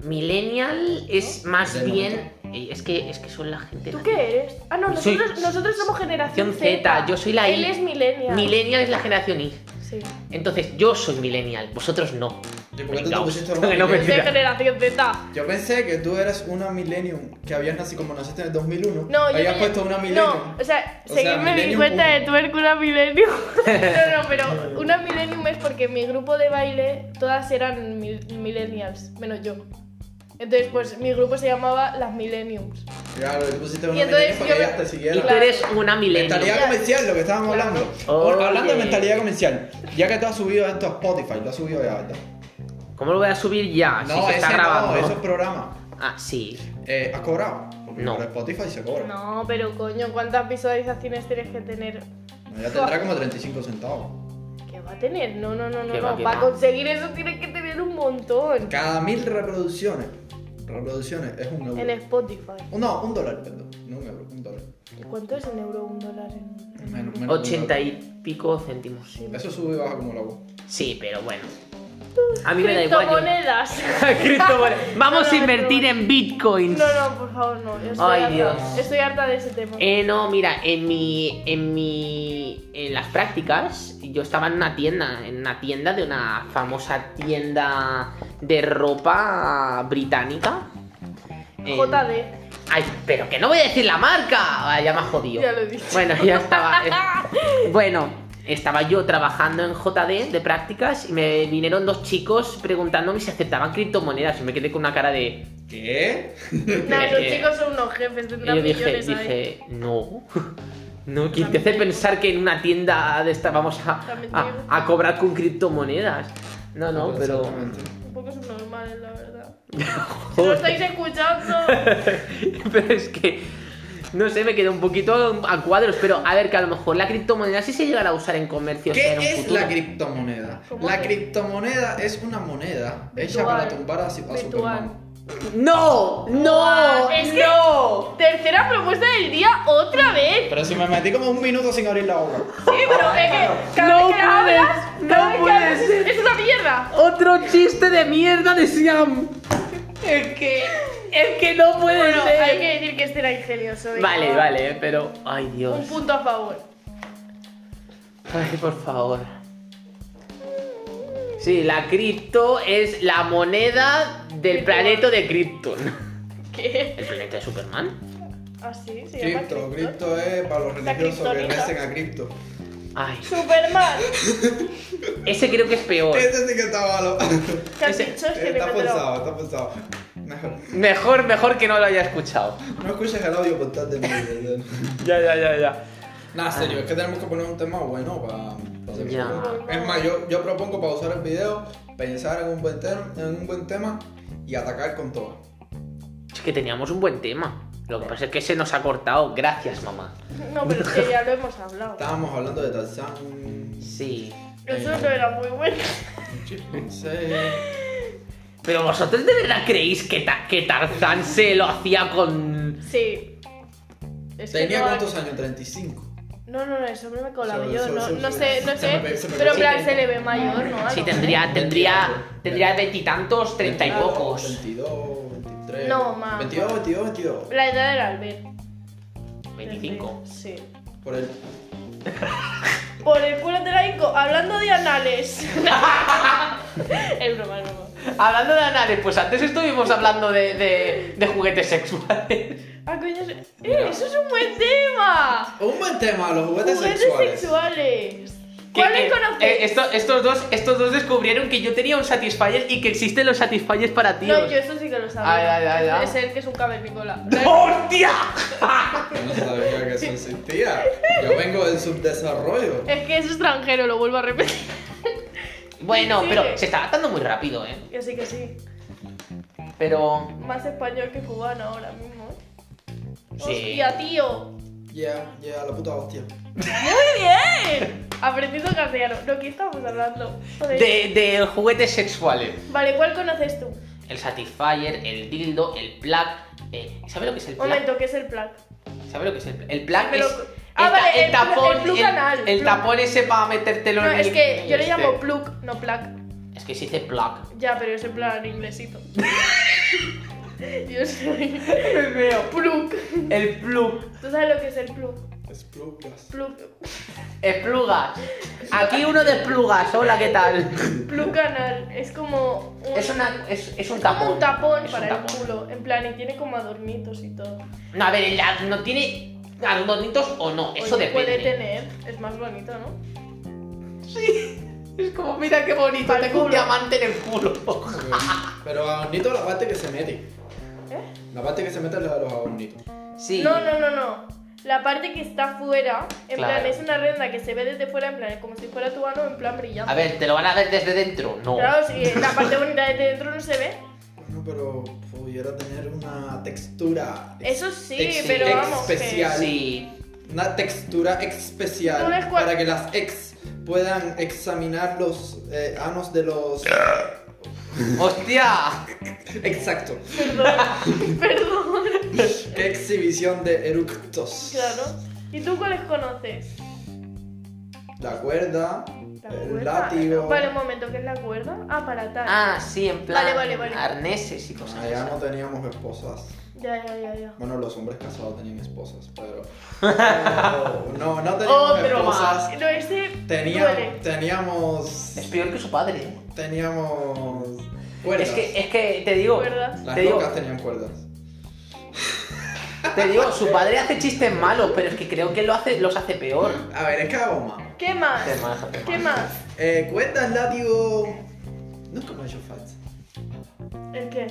S1: Millennial es más
S3: De
S1: bien. eh, Es que, es que son la gente.
S4: ¿Tú qué eres? Ah, no,
S1: Soy-
S4: nosotros, nosotros somos generación
S1: Z, yo soy la
S4: Él
S1: I.
S4: es millennial.
S1: Millennial es la generación Y.
S4: Sí.
S1: Entonces, yo soy millennial, vosotros no.
S3: ¿Y por qué tú te
S1: Venga,
S3: pusiste
S1: que
S3: rojo?
S1: no me-
S4: Yo soy generación Z.
S3: Yo pensé que tú eras una millennium, que habías nacido como naciste en el 2001.
S4: No, yo
S3: habías
S4: tenía-
S3: puesto una millennium.
S4: No, o sea,
S3: O sea,
S4: seguirme en mi
S3: millennium
S4: cuenta
S3: puro.
S4: de twerk una millennium. no, no, pero una millennium es porque mi grupo de baile todas eran mil- millennials, menos yo. Entonces, pues mi grupo se llamaba las millenniums.
S3: Claro, tú pusiste una
S4: Y entonces
S3: millennium para que
S4: yo-
S3: ellas te
S1: Y
S3: siguieran.
S1: tú eres una
S3: Mentalidad
S1: millennial.
S4: Claro.
S3: comercial, lo que estábamos
S4: Claro.
S3: hablando.
S1: Oye.
S3: Bueno, Hablando de mentalidad comercial, ya que tú has subido esto a Spotify, lo has subido ya, ¿verdad?
S1: ¿Cómo lo voy a subir ya? si
S3: no,
S1: Ah, se
S3: ese
S1: está
S3: no,
S1: grabando.
S3: eso es programa.
S1: Ah, sí.
S3: Eh, ¿Has cobrado? Porque
S1: No.
S3: Por Spotify se cobra.
S4: No, pero coño, ¿cuántas visualizaciones tienes que tener?
S3: No, Ya tendrá como 35 centavos.
S4: ¿Qué va a tener? No, no, no, no,
S1: ¿Qué va,
S4: no.
S1: qué
S4: Para
S1: va?
S4: conseguir eso tienes que tener un montón.
S3: Cada mil reproducciones, reproducciones es un
S4: En
S3: euro. Oh,
S4: Spotify.
S3: No, un dólar, perdón. No un euro, un dólar.
S4: ¿Cuánto es en euro un dólar? En...
S3: Menos, menos de un
S1: 80
S3: dólar.
S1: y pico céntimos.
S3: Eso sube y baja como la voz.
S1: Sí, pero bueno. A mí me da igual. yo-
S4: Criptomonedas.
S1: Criptomonedas. Vamos
S4: No,
S1: a
S4: no,
S1: invertir
S4: no.
S1: en bitcoins.
S4: No, no, por favor, no. Yo Estoy
S1: Ay,
S4: harta.
S1: Dios.
S4: Estoy harta de ese tema.
S1: Eh, no, mira, en mi, en mi, en las prácticas, yo estaba en una tienda, en una tienda de una famosa tienda de ropa británica. En-
S4: JD.
S1: Ay, pero que no voy a decir la marca. Ah, ya me ha jodido.
S4: Ya lo he dicho.
S1: Bueno, ya estaba. eh, bueno, estaba yo trabajando en JD de prácticas y me vinieron dos chicos preguntándome si aceptaban criptomonedas y me quedé con una cara de.
S3: ¿Qué?
S4: Nah,
S1: Eh,
S4: los
S1: eh.
S4: chicos son unos jefes,
S1: Y
S4: tendrán
S1: eh, yo dije,
S4: millones ahí.
S1: dije, no. No, que te hace pensar que en una tienda de esta vamos a,
S4: También
S1: a-
S4: te digo.
S1: a cobrar con criptomonedas. No, no, pero.
S3: Exactamente.
S4: Un poco subnormales, la verdad. Si lo estáis escuchando.
S1: Pero es que, no sé, me quedo un poquito a cuadros. Pero a ver, que a lo mejor la criptomoneda sí se llegará a usar en comercios
S3: ¿Qué
S1: en un
S3: es
S1: futuro.
S3: la criptomoneda?
S4: ¿Cómo
S3: La
S4: que?
S3: criptomoneda es una moneda hecha
S4: Virtual.
S3: para tumbar a, a
S4: Virtual.
S3: Superman.
S1: ¡No! ¡No!
S4: Buah, es que-
S1: ¡No!
S4: Tercera propuesta del día, otra vez.
S3: Pero si me metí como un minuto sin abrir la boca.
S4: Sí, pero es que. Cada
S1: No
S4: vez que
S1: puedes,
S4: hablas,
S1: no
S4: cada vez que
S1: puede
S4: hablas es-
S1: ser.
S4: Es una mierda.
S1: ¡Otro chiste de mierda de Siam! Es que. Es que no puede
S4: Bueno,
S1: ser.
S4: hay que decir que este era ingenioso. venga,
S1: Vale,
S4: va.
S1: vale, eh, pero. Ay, Dios.
S4: Un punto a favor.
S1: Ay, por favor. Sí, la cripto es la moneda del planeta de Krypton.
S4: ¿Qué?
S1: ¿El planeta de Superman?
S4: Así se llama.
S3: Cripto, cripto es para los
S4: La
S3: religiosos que
S4: kriptonita.
S3: recen a cripto.
S1: Ay,
S4: Superman.
S1: ese creo que es peor.
S3: Ese sí que está malo.
S4: ¿Qué has
S1: Ese-
S4: dicho? Es que me he
S3: eh, está
S4: enterado.
S3: forzado, está forzado. Mejor.
S1: Mejor, mejor que no lo haya escuchado.
S3: No escuches el audio por de mí.
S1: Ya, ya, ya, ya.
S3: Nada, serio, es que tenemos que poner un tema bueno para...
S1: Ya.
S3: Es más, yo, yo propongo pausar el video, pensar en un, buen tem- en un buen tema y atacar con todo.
S1: Es que teníamos un buen tema. Lo que pasa es que se nos ha cortado. Gracias, mamá.
S4: No, pero es que ya lo hemos hablado.
S3: Estábamos hablando de Tarzán...
S1: Sí.
S4: Eso no era muy bueno.
S3: chimpancé.
S1: Pero vosotros de verdad creéis que, Ta- que Tarzán se lo hacía con.
S4: Sí. Es que
S3: ¿Tenía
S4: no-
S3: cuántos años? 35.
S4: No, no, no, el hombre me colaba
S3: Sobre-
S4: yo,
S3: sobre-
S4: no,
S3: sobre-
S4: no sé, no
S3: se
S4: sé,
S3: me ve- se me
S4: pero
S3: ve.
S4: en plan se le ve mayor, ¿no? Al
S1: Sí,
S4: hombre.
S1: tendría, tendría, tendría veintitantos, treinta y pocos.
S3: 22, 23...
S4: No, más.
S3: 22, 22, 22.
S4: La edad era Albert.
S1: 25.
S4: Sí. sí.
S3: Por el...
S4: Por el culo de la Inco, hablando de anales. es broma, es broma.
S1: Hablando de anales, pues antes estuvimos hablando de, de, de juguetes sexuales.
S4: Ah, coño, eso- eh, eso es un buen tema.
S3: Un buen tema, los juguetes,
S4: Juguetes
S3: sexuales.
S4: sexuales.
S1: Que-
S4: ¿Cuál
S1: que-
S4: le
S1: eh,
S4: conoces?
S1: esto- estos, dos, estos dos descubrieron que yo tenía un Satisfyer y que existen los Satisfyers para ti.
S4: no, yo eso sí que lo sabía.
S1: Ay, ay, ay, ay.
S4: Es el que es un cavernícola.
S1: ¡Hostia!
S3: Yo no sabía que eso existía. Yo vengo del subdesarrollo.
S4: Es que es extranjero, lo vuelvo a repetir.
S1: Bueno,
S4: Sí.
S1: pero se está adaptando muy rápido, ¿eh?
S4: Que sí, que sí.
S1: Pero...
S4: Más español que cubano ahora mismo. ¿eh?
S1: Sí.
S4: Hostia, tío.
S3: Yeah, yeah, la puta hostia.
S4: Muy bien. Aprendiendo castellano. ¿De qué estamos hablando? Joder.
S1: De, de juguetes sexuales.
S4: Vale, ¿cuál conoces tú?
S1: El Satisfyer, el dildo, el plug... eh, ¿Sabe lo que es el plug?
S4: Momento, ¿qué es el plac?
S1: ¿Sabe lo que es el plug? El plug
S4: Me lo-
S1: es...
S4: Ah,
S1: el, ta-
S4: vale,
S1: el
S4: el plu-
S1: tapón,
S4: el plug anal,
S1: el
S4: plug.
S1: tapón ese para metértelo
S4: No,
S1: en
S4: es
S1: el-
S4: que yo le
S1: este.
S4: llamo plug, no plac.
S1: Es que se dice plug.
S4: Ya, pero es en plan inglesito. yo soy plug.
S1: El plug.
S4: ¿Tú sabes lo que es el plug?
S3: Es plugas.
S4: Plug,
S1: Esplugas. Aquí uno de esplugas. Hola, ¿qué tal?
S4: plug anal. Es como un,
S1: Es, una, es, es un
S4: como
S1: tapón.
S4: un tapón
S1: Es
S4: para
S1: un tapón.
S4: el culo. En plan, y tiene como adornitos y todo.
S1: No, a ver, el ad- no tiene adornitos o no. Eso
S4: Oye,
S1: depende.
S4: puede tener. Es más bonito, ¿no?
S1: Es como, mira qué bonito.
S4: Para el
S1: Tengo un
S4: culo.
S1: diamante en el culo.
S3: Pero adornito la parte que se mete. La parte que se mete es la de los adornitos.
S1: Sí.
S4: No, no, no, no. La parte que está fuera, en
S1: Claro.
S4: plan, es una renda que se ve desde fuera, en plan, como si fuera tu mano, en plan brillante.
S1: A ver, ¿te lo van a ver desde dentro? Ah, No.
S4: Claro, si la parte bonita desde dentro no se ve.
S3: Bueno, pero pudiera tener una textura.
S4: Eso sí,
S3: ex-
S4: pero
S3: ex-
S4: vamos. que-
S3: especial.
S1: Sí.
S3: Una textura especial.
S4: ¿Tú ves cuál-
S3: para que las ex puedan examinar los eh, anos de los.
S1: ¡Hostia!
S3: Exacto.
S4: Perdón, perdón.
S3: Qué exhibición de eructos.
S4: Claro. ¿Y tú cuáles conoces?
S3: La cuerda,
S4: La
S3: el
S4: cuerda.
S3: látigo.
S4: Vale, un momento, ¿qué es la cuerda? Ah, para tal.
S1: Ah, sí, en plan
S4: Vale, vale, vale.
S1: arneses y cosas
S3: Allá
S1: así.
S3: no teníamos esposas.
S4: Ya, ya, ya, ya.
S3: Bueno, los hombres casados tenían esposas, pero. pero no, no teníamos
S4: Oh, broma.
S3: esposas.
S4: No, este duele.
S3: Teníamos. Teníamos.
S1: Es peor que su padre. ¿eh?
S3: Teníamos. Cuerdas.
S1: Es que, es que te digo,
S4: Cuerdas.
S3: Las
S1: te digo,
S3: locas tenían cuerdas.
S1: te digo, su padre hace chistes malos, pero es que creo que lo hace, los hace peor.
S3: A ver, es que hago más.
S4: ¿Qué más?
S1: Hace más, hace
S4: ¿Qué
S1: más.
S4: más?
S3: Eh, cuerdas, látigo. Nunca me ha hecho falta.
S4: ¿El qué?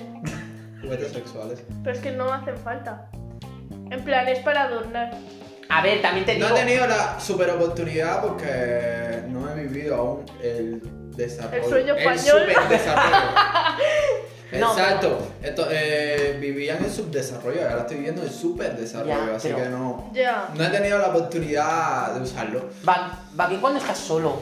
S3: Juguetes sexuales.
S4: Pero es que no hacen falta. En plan, es para adornar.
S1: A ver, también te digo.
S3: No he tenido la super oportunidad porque no he vivido aún el desarrollo.
S4: El sueño español.
S3: superdesarrollo.
S1: No,
S3: Exacto. Esto, eh, vivía en el subdesarrollo, ahora estoy viviendo el superdesarrollo,
S1: Ya,
S3: así
S1: pero-
S3: que no.
S4: Ya.
S3: No he tenido la oportunidad de usarlo.
S1: Va, va bien cuando estás solo.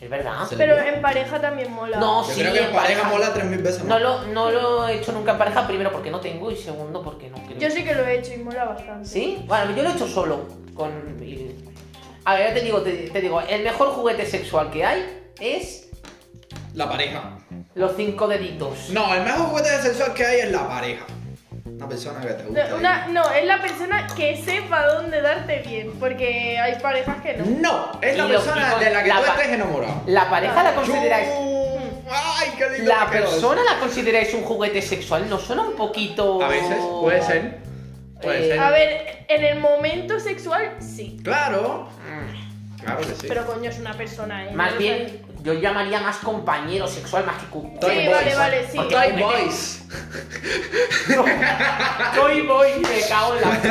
S1: Es verdad.
S3: Sí.
S4: Pero en pareja también mola.
S1: No,
S3: Yo
S1: sí,
S3: creo que en pareja
S1: mola.
S3: mola 3.000 veces
S1: No
S3: más.
S1: lo, no lo he hecho nunca en pareja, primero porque no tengo y segundo porque no creo.
S4: Yo sí que lo he hecho y mola bastante.
S1: ¿Sí? Bueno, yo lo he hecho solo. Con... y- A ver, ya te digo, te, te digo, el mejor juguete sexual que hay es
S3: La pareja.
S1: los cinco deditos.
S3: No, el mejor juguete sexual que hay es la pareja. Una persona que te gusta.
S4: No, una- no, es la persona que sepa dónde darte bien, porque hay parejas que no.
S3: No, es la
S1: Y lo- y
S3: persona
S1: con
S3: de la que
S1: la
S3: tú
S1: pa-
S3: estés enamorado.
S1: La pareja la consideráis.
S3: Yo- Ay, qué lindo.
S1: La
S3: que quedó eso.
S1: persona la consideráis un juguete sexual, ¿no suena un poquito.
S3: A veces, puede ser. Puede
S1: Eh,
S3: ser.
S4: A ver, en el momento sexual sí,
S3: Claro,
S1: Mm,
S3: claro que sí.
S4: pero coño es una persona, ¿eh?
S1: Más
S4: No sé.
S1: bien, yo llamaría más compañero sexual más que. cu-
S3: Toy
S1: juguete
S3: boys.
S4: vale, vale, sí.
S1: Porque
S3: Toy
S1: juguete-
S3: Boys.
S1: Toy boy, me cago en la.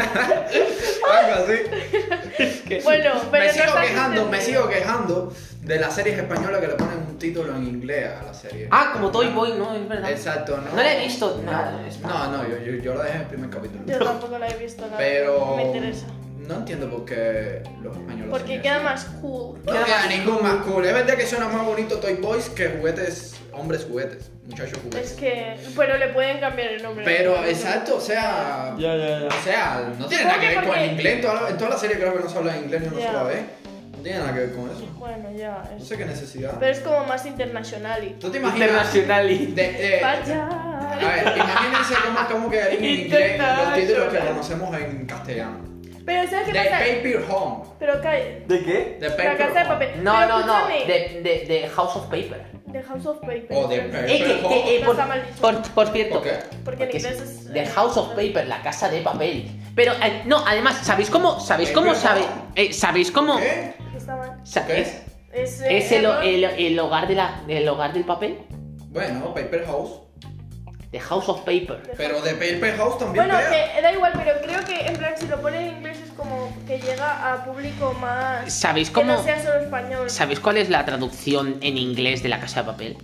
S3: Algo así.
S4: Bueno, pero
S3: me
S4: no este
S3: sigo
S4: estás
S3: quejando, me
S4: entendiendo.
S3: sigo quejando de las series españolas que le ponen un título en inglés a la serie.
S1: Ah, como Toy boy, ¿no? Es verdad.
S3: Exacto, no.
S1: No la he visto. nada, es-
S3: No, no, yo, yo, yo la dejé en el primer capítulo.
S4: Yo tampoco la he visto nada.
S3: Pero.
S4: Me interesa.
S3: No entiendo por qué los españoles.
S4: Porque
S3: hacen
S4: queda
S3: eso.
S4: más cool.
S3: No
S1: queda
S3: queda
S1: más
S3: ningún más cool. Es verdad que suena más bonito Toy Boys que juguetes, hombres juguetes, muchachos
S4: Es
S3: juguetes.
S4: que. Pero le pueden cambiar el nombre.
S3: Pero exacto, o sea. O sea, no tiene nada que ver con el inglés. En toda, la, en toda la serie creo que no se habla inglés ni una
S4: Ya.
S3: sola vez. No tiene nada que ver con eso.
S4: Bueno, ya.
S3: No
S4: es-
S3: sé qué necesidad.
S4: Pero es como más internacional y.
S3: ¿Tú te imaginas?
S1: Internacional
S3: De,
S1: y-
S3: de- eh, a
S4: Vaya.
S3: ver, imagínense cómo, cómo quedarían en inglés los títulos que
S1: Internacional.
S3: conocemos en castellano.
S4: Pero ¿sabes
S3: The
S4: qué pasa?
S3: Paper Home.
S4: Pero cae.
S1: ¿De qué?
S3: The
S4: La
S3: Paper
S4: casa de
S3: Home.
S4: papel.
S1: No,
S4: Pero
S1: no, no.
S4: escúchame,
S1: De, de, de House of Paper.
S4: The House of Paper.
S3: O Oh, de Paper
S1: Eh, que- que- eh,
S4: No
S1: por,
S4: está mal dicho.
S1: por- por cierto.
S3: ¿Por qué?
S4: Porque en
S1: Porque
S4: inglés
S1: es
S4: es. eh,
S1: The House of Paper, la casa de papel. Pero eh, no, además, ¿sabéis cómo? ¿Sabéis cómo?
S3: Paper
S1: Sabe,
S3: Home.
S1: eh, ¿Sabéis cómo?
S3: ¿Qué?
S4: Está mal.
S1: Sa-
S3: ¿Qué?
S1: Es,
S4: Es, eh,
S1: es el,
S4: error.
S1: el- el hogar de la, el hogar del papel.
S3: Bueno, Paper House.
S1: The House of Paper.
S3: Pero The Paper House también
S4: Bueno,
S3: pega.
S4: que eh, da igual, pero creo que en plan si lo pones en inglés es como que llega a público más.
S1: ¿Sabéis
S4: Que
S1: cómo?
S4: no sea solo español.
S1: ¿Sabéis cuál es la traducción en inglés de la casa de papel?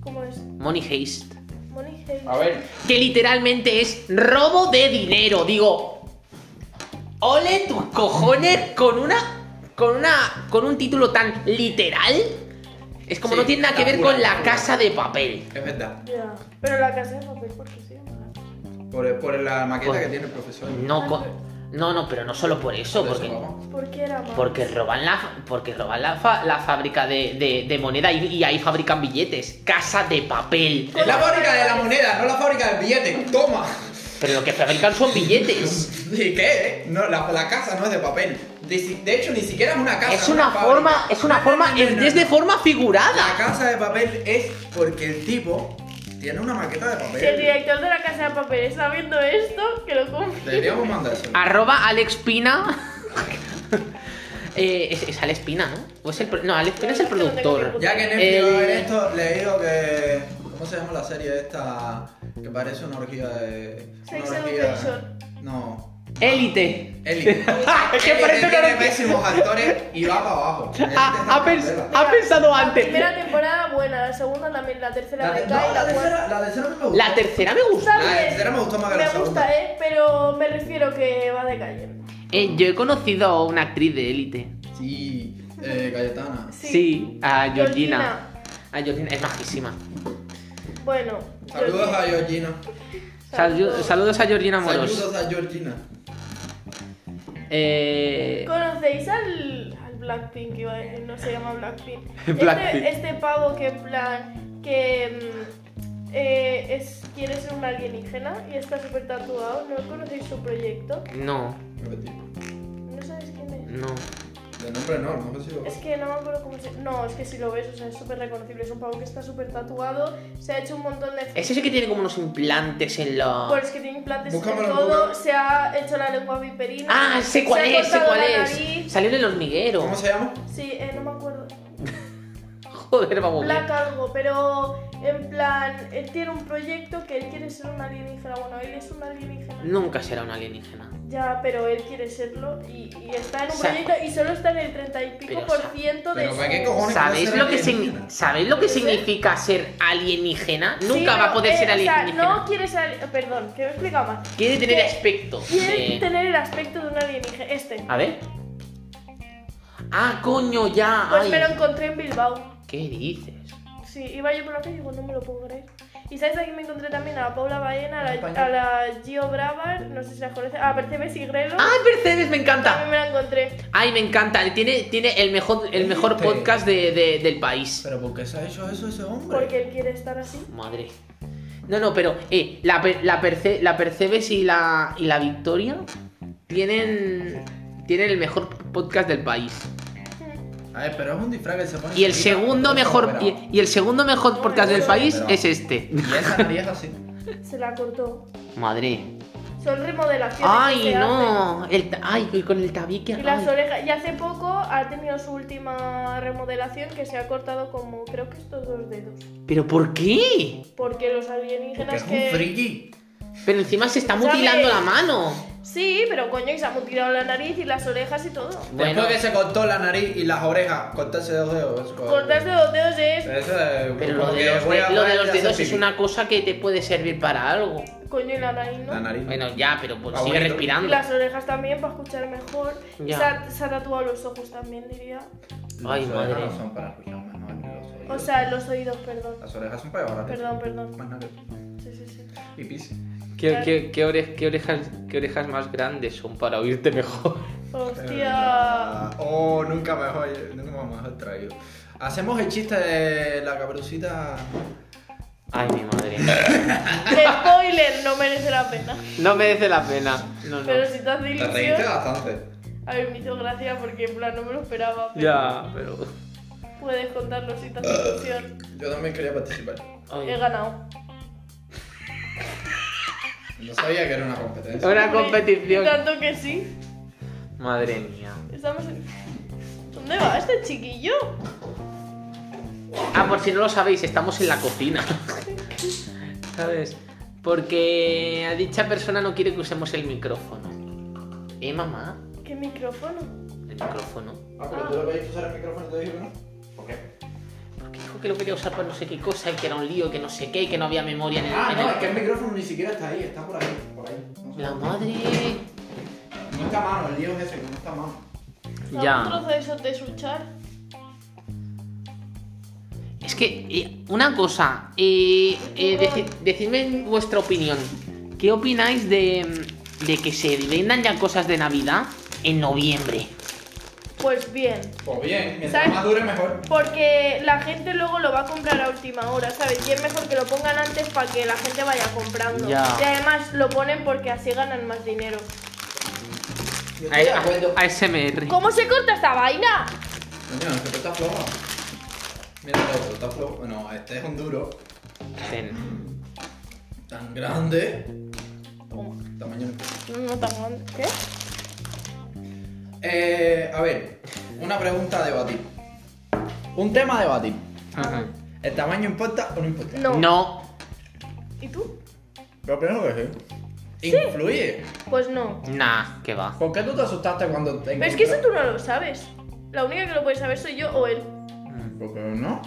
S4: ¿Cómo es?
S1: Money heist.
S4: Money Heist.
S3: A ver,
S1: Que literalmente es robo de dinero. Digo. Ole tus cojones con una. con una. con un título tan literal. Es como
S3: Sí,
S1: no tiene nada que
S3: la
S1: ver
S3: pura
S1: con la
S3: locura.
S1: casa de papel.
S3: es verdad.
S4: Ya. Pero la casa de papel, porque sí.
S3: Por, por la maqueta
S1: Por-
S3: que tiene el profesor.
S1: No, co- no, no, pero no solo por eso,
S3: Por eso,
S1: porque.
S3: vamos.
S4: ¿Por qué era más?
S1: Porque roban la, porque roban la, fa- la fábrica de, de- de moneda y, y ahí fabrican billetes. Casa de papel.
S3: Es la fábrica de la moneda, no la fábrica del billete. Toma.
S1: Pero lo que fabrican son billetes.
S3: ¿Y qué? No, la, la casa no es de papel. De, si- de hecho, ni siquiera es una casa.
S1: Es una forma,
S3: fábrica.
S1: es una
S3: No, no,
S1: forma,
S3: no, no, no,
S1: es de
S3: no.
S1: forma
S3: La
S1: figurada.
S3: casa de papel es porque el tipo tiene una maqueta de
S4: Si el
S3: papel.
S4: director de la casa de papel está viendo esto, que lo compre.
S3: Deberíamos mandárselo.
S1: Arroba Alex Pina. Eh, es, es Alex Pina, ¿no? O es el pro- no, Alex Pina es el
S4: No, no tengo ni
S1: productor.
S4: puta
S3: Ya que Netflix va a ver
S1: Eh,
S3: esto, le digo que. ¿Cómo se llama la serie esta? Que parece una orgía de. una
S4: Sex
S3: orgía-
S4: Education.
S3: No.
S1: Élite.
S3: Eli.
S1: Es que parece una
S3: tiene
S1: orgía. Ah,
S3: pésimos actores y va para abajo. Élite
S1: Ha,
S3: está
S1: ha
S3: en
S1: pens-
S3: la
S1: ha pensado
S4: La
S1: antes.
S4: primera temporada buena, la segunda también, la tercera
S3: La,
S4: me
S3: te-
S4: cae,
S3: no, la
S4: la cuarta.
S3: tercera, la tercera me gustó.
S1: La tercera me gusta.
S4: Está
S3: La
S4: bien.
S3: tercera me gustó más que la
S4: Me
S3: segunda.
S4: gusta, eh, pero me refiero que va decayendo.
S1: Eh, yo he conocido a una actriz de Élite.
S3: Sí, eh, Cayetana.
S1: Sí. a Georgina. A Georgina, es majísima.
S4: Bueno.
S3: Saludos a Georgina.
S1: Salu- saludos a Georgina Moros.
S3: Saludos a Georgina.
S1: Eh,
S4: ¿Conocéis al, al Blackpink, iba a decir, no se llama Blackpink.
S1: Blackpink.
S4: Este, este pavo que en plan, que mm, eh, es, quiere ser un alienígena y está súper tatuado, ¿no conocéis su proyecto?
S1: No,
S4: ¿No sabéis quién es?
S1: no.
S3: De nombre no, no sé si lo
S4: Es que no me acuerdo cómo se... No, es que si lo ves, o sea, es súper reconocible. Es un pavo que está súper tatuado, se ha hecho un montón de...
S1: Es ese que tiene como unos implantes en la.
S4: Pues que tiene implantes en
S3: Búscamelo en
S4: todo,
S3: Google.
S4: se ha hecho la lengua viperina.
S1: Ah, sé cuál
S4: se ha
S1: es, sé
S4: cortado
S1: cuál
S4: la
S1: es.
S4: nariz.
S1: Salió en el hormiguero.
S3: ¿Cómo se llama?
S4: Sí, eh, no me acuerdo.
S1: Joder, vamos. bien.
S4: Black algo, pero en plan, él tiene un proyecto que él quiere ser un alienígena. Bueno, él es un alienígena.
S1: Nunca será un alienígena.
S4: Ya, pero él quiere serlo y, y está en un
S1: Sa-
S4: proyecto y solo está en el 30 y pico
S1: Pero
S4: por
S1: sa-
S4: ciento de
S3: pero ¿para
S4: su-
S3: qué cojones?
S1: ¿Sabéis
S3: ser
S1: lo, que
S3: alienígena.
S1: signi- ¿Sabéis lo que
S4: Sí.
S1: significa ser alienígena?
S4: Sí,
S1: Nunca va a
S4: pero,
S1: poder
S4: eh,
S1: ser alienígena.
S4: O sea, no quiere ser. ali- Perdón, que me explica más.
S1: Quiere tener
S4: que-
S1: aspecto.
S4: Quiere
S1: de-
S4: tener el aspecto de un alienígena. Este.
S1: A ver. Ah, coño, ya.
S4: Pues
S1: ay.
S4: me lo encontré en Bilbao.
S1: ¿Qué dices?
S4: Sí, iba yo por la calle y digo, no me lo puedo creer. ¿Y sabes a quién me encontré también? A la Paula Baena, a la,
S3: Española.
S4: a la Gio Bravar, no sé si las conoces, a Percebe Sigrelo.
S1: ¡Ay, Mercedes, me
S4: También
S1: encanta!
S4: me la encontré.
S1: ¡Ay, me encanta! Tiene, tiene el mejor, el mejor
S3: Este.
S1: podcast de- de- del país.
S3: ¿Pero por qué se ha hecho eso ese hombre?
S4: Porque él quiere estar así.
S1: Madre. No, no, pero eh, la, per- la, Perce- la Percebes y la, y la Victoria tienen, tienen el mejor podcast del país.
S3: A ver, pero es un disfraz que se pone...
S1: Y el
S3: aquí,
S1: segundo
S3: todo
S1: mejor
S3: operado.
S1: y, y el segundo mejor podcast del país
S3: Pero-
S1: es este.
S3: Y esa nariz es así.
S4: Se la cortó.
S1: Madre.
S4: Son remodelaciones. que
S1: Ay,
S4: se hacen.
S1: no. El, ta- ay, y con el tabique.
S4: Y las
S1: ay.
S4: orejas. Y hace poco ha tenido su última remodelación que se ha cortado como creo que estos dos dedos.
S1: Pero ¿por qué?
S4: Porque los
S3: Porque
S4: alienígenas
S3: es un
S4: que.
S3: friki.
S1: Pero encima se está
S4: ¿Sabes?
S1: mutilando la mano.
S4: Sí, pero coño, y se ha mutilado la nariz y las orejas y todo.
S1: Bueno,
S3: Después que se cortó la nariz y las orejas, cortarse dos dedos. es co-
S4: Cortarse los dedos es.
S3: Eso es
S1: pero
S3: como
S1: lo de
S3: que
S1: los,
S3: voy a
S1: de- lo de
S3: parar
S1: los
S3: de hacer
S1: dedos es
S3: pipí.
S1: una cosa que te puede servir para algo.
S4: Coño, y la nariz no.
S3: La nariz.
S1: Bueno, ya, pero pues,
S3: Ah,
S1: sigue
S3: bonito.
S4: Y
S1: respirando.
S4: las orejas también para escuchar mejor. Y
S1: Ya.
S4: Se ha, se ha tatuado los ojos también, diría.
S3: Las
S1: Ay,
S3: orejas
S1: madre.
S3: no son para escuchar más no los
S4: O
S3: oídos.
S4: sea, los oídos, perdón.
S3: Las orejas son para llorar.
S4: Perdón, perdón.
S3: Más nada que-
S4: Sí, sí, sí.
S3: Y pis.
S1: ¿Qué, qué- qué ore- qué orejas, ¿Qué orejas más grandes son para oírte mejor?
S4: Hostia.
S3: Oh, nunca mejor, nunca mejor traído. Hacemos el chiste de la cabrucita.
S1: Ay, mi madre.
S4: Spoiler, no merece la pena.
S1: No merece la pena. No, no.
S4: Pero si te hace
S3: Te reíste
S4: ilusión.
S3: bastante.
S4: A ver, me hizo gracia porque en plan no me lo esperaba. Pero
S1: Ya, pero...
S4: Puedes contarlo si te hace ilusión.
S3: Yo también quería participar.
S4: He ganado.
S3: No sabía que era una competencia.
S1: Una
S4: Hombre,
S1: competición.
S4: Tanto que sí.
S1: Madre mía.
S4: Estamos en. ¿Dónde va este chiquillo?
S1: Ah, por si no lo sabéis, estamos en la cocina. ¿Sabes? Porque a dicha persona no quiere que usemos el micrófono. ¿Eh, mamá?
S4: ¿Qué micrófono?
S1: El micrófono.
S3: Ah, pero tú lo pediste usar el micrófono y te dije que no. ¿Por qué?
S1: Porque dijo que lo quería usar para no sé qué cosa y que era un lío, que no sé qué, y que no había memoria en el...
S3: Ah,
S1: en
S3: no,
S1: el-
S3: es que el micrófono ni siquiera está ahí, está por ahí, por ahí. No, sé.
S1: La madre...
S3: No está a mano, el lío es ese, que no está a mano.
S4: Un trozo de esos de suchar.
S1: Es que, eh, una cosa, eh, eh, deci- decidme en vuestra opinión. ¿Qué opináis de, de que se vendan ya cosas de Navidad en noviembre?
S4: Pues bien.
S3: Pues bien, mientras
S4: ¿Sabes?
S3: más dure mejor.
S4: Porque la gente luego lo va a comprar a última hora, ¿sabes? Y es mejor que lo pongan antes para que la gente vaya comprando.
S1: Ya.
S4: Y además lo ponen porque así ganan más dinero.
S3: Yo
S1: A-
S3: estoy de acuerdo.
S1: a- ASMR.
S4: ¿Cómo se corta esta vaina?
S3: Coño, es que tú estás flojo. Mira el otro, está flojo. Bueno, este es un duro.
S1: Ten.
S3: Tan grande.
S4: Toma.
S3: Tamaño.
S4: No, no tan grande. ¿Qué?
S3: Eh, a ver, una pregunta a debatir. Un tema a debatir.
S1: Ajá.
S3: ¿El tamaño importa o no importa?
S4: No.
S1: No,
S4: ¿Y tú?
S3: Yo pienso que sí. ¿Influye?
S4: Pues no.
S1: nah, que va.
S3: ¿Por qué tú te asustaste cuando te
S4: Pero es que eso tú no lo sabes. La única que lo puede saber soy yo o él.
S3: Porque no.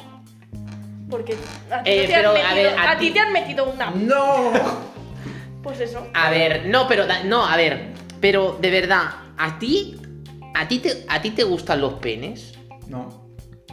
S4: Porque a ti,
S1: Eh,
S4: no te,
S1: pero, a
S4: han metido,
S1: ver, a
S4: a ti
S1: ti-
S4: te han metido una.
S3: ¡No!
S4: Pues eso.
S1: A ver, no, pero da- no, a ver, pero de verdad, a ti, a ti te, a ti te gustan los penes.
S3: No.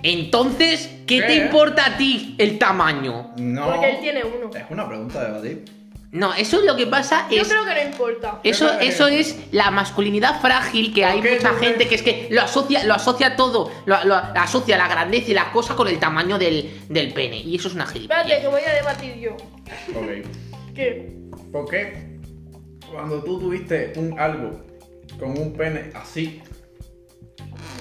S1: Entonces, ¿qué
S3: ¿Qué?
S1: te importa a ti el tamaño?
S3: No. Eh,
S4: Porque él tiene uno.
S3: Es una pregunta a debatir.
S1: No, eso es lo que pasa
S4: Yo
S1: es...
S4: creo que no importa.
S1: Eso,
S3: creo que-
S1: eso es la masculinidad frágil que hay
S3: Ok,
S1: mucha
S3: entonces-
S1: gente que es que lo asocia, lo asocia todo, lo, lo asocia la grandeza y la cosa con el tamaño del, del pene. Y eso es una
S4: Espérate,
S1: gilipollas.
S4: que voy a debatir yo.
S3: Ok.
S4: ¿Qué?
S3: ¿Por qué? Cuando tú tuviste un algo con un pene así.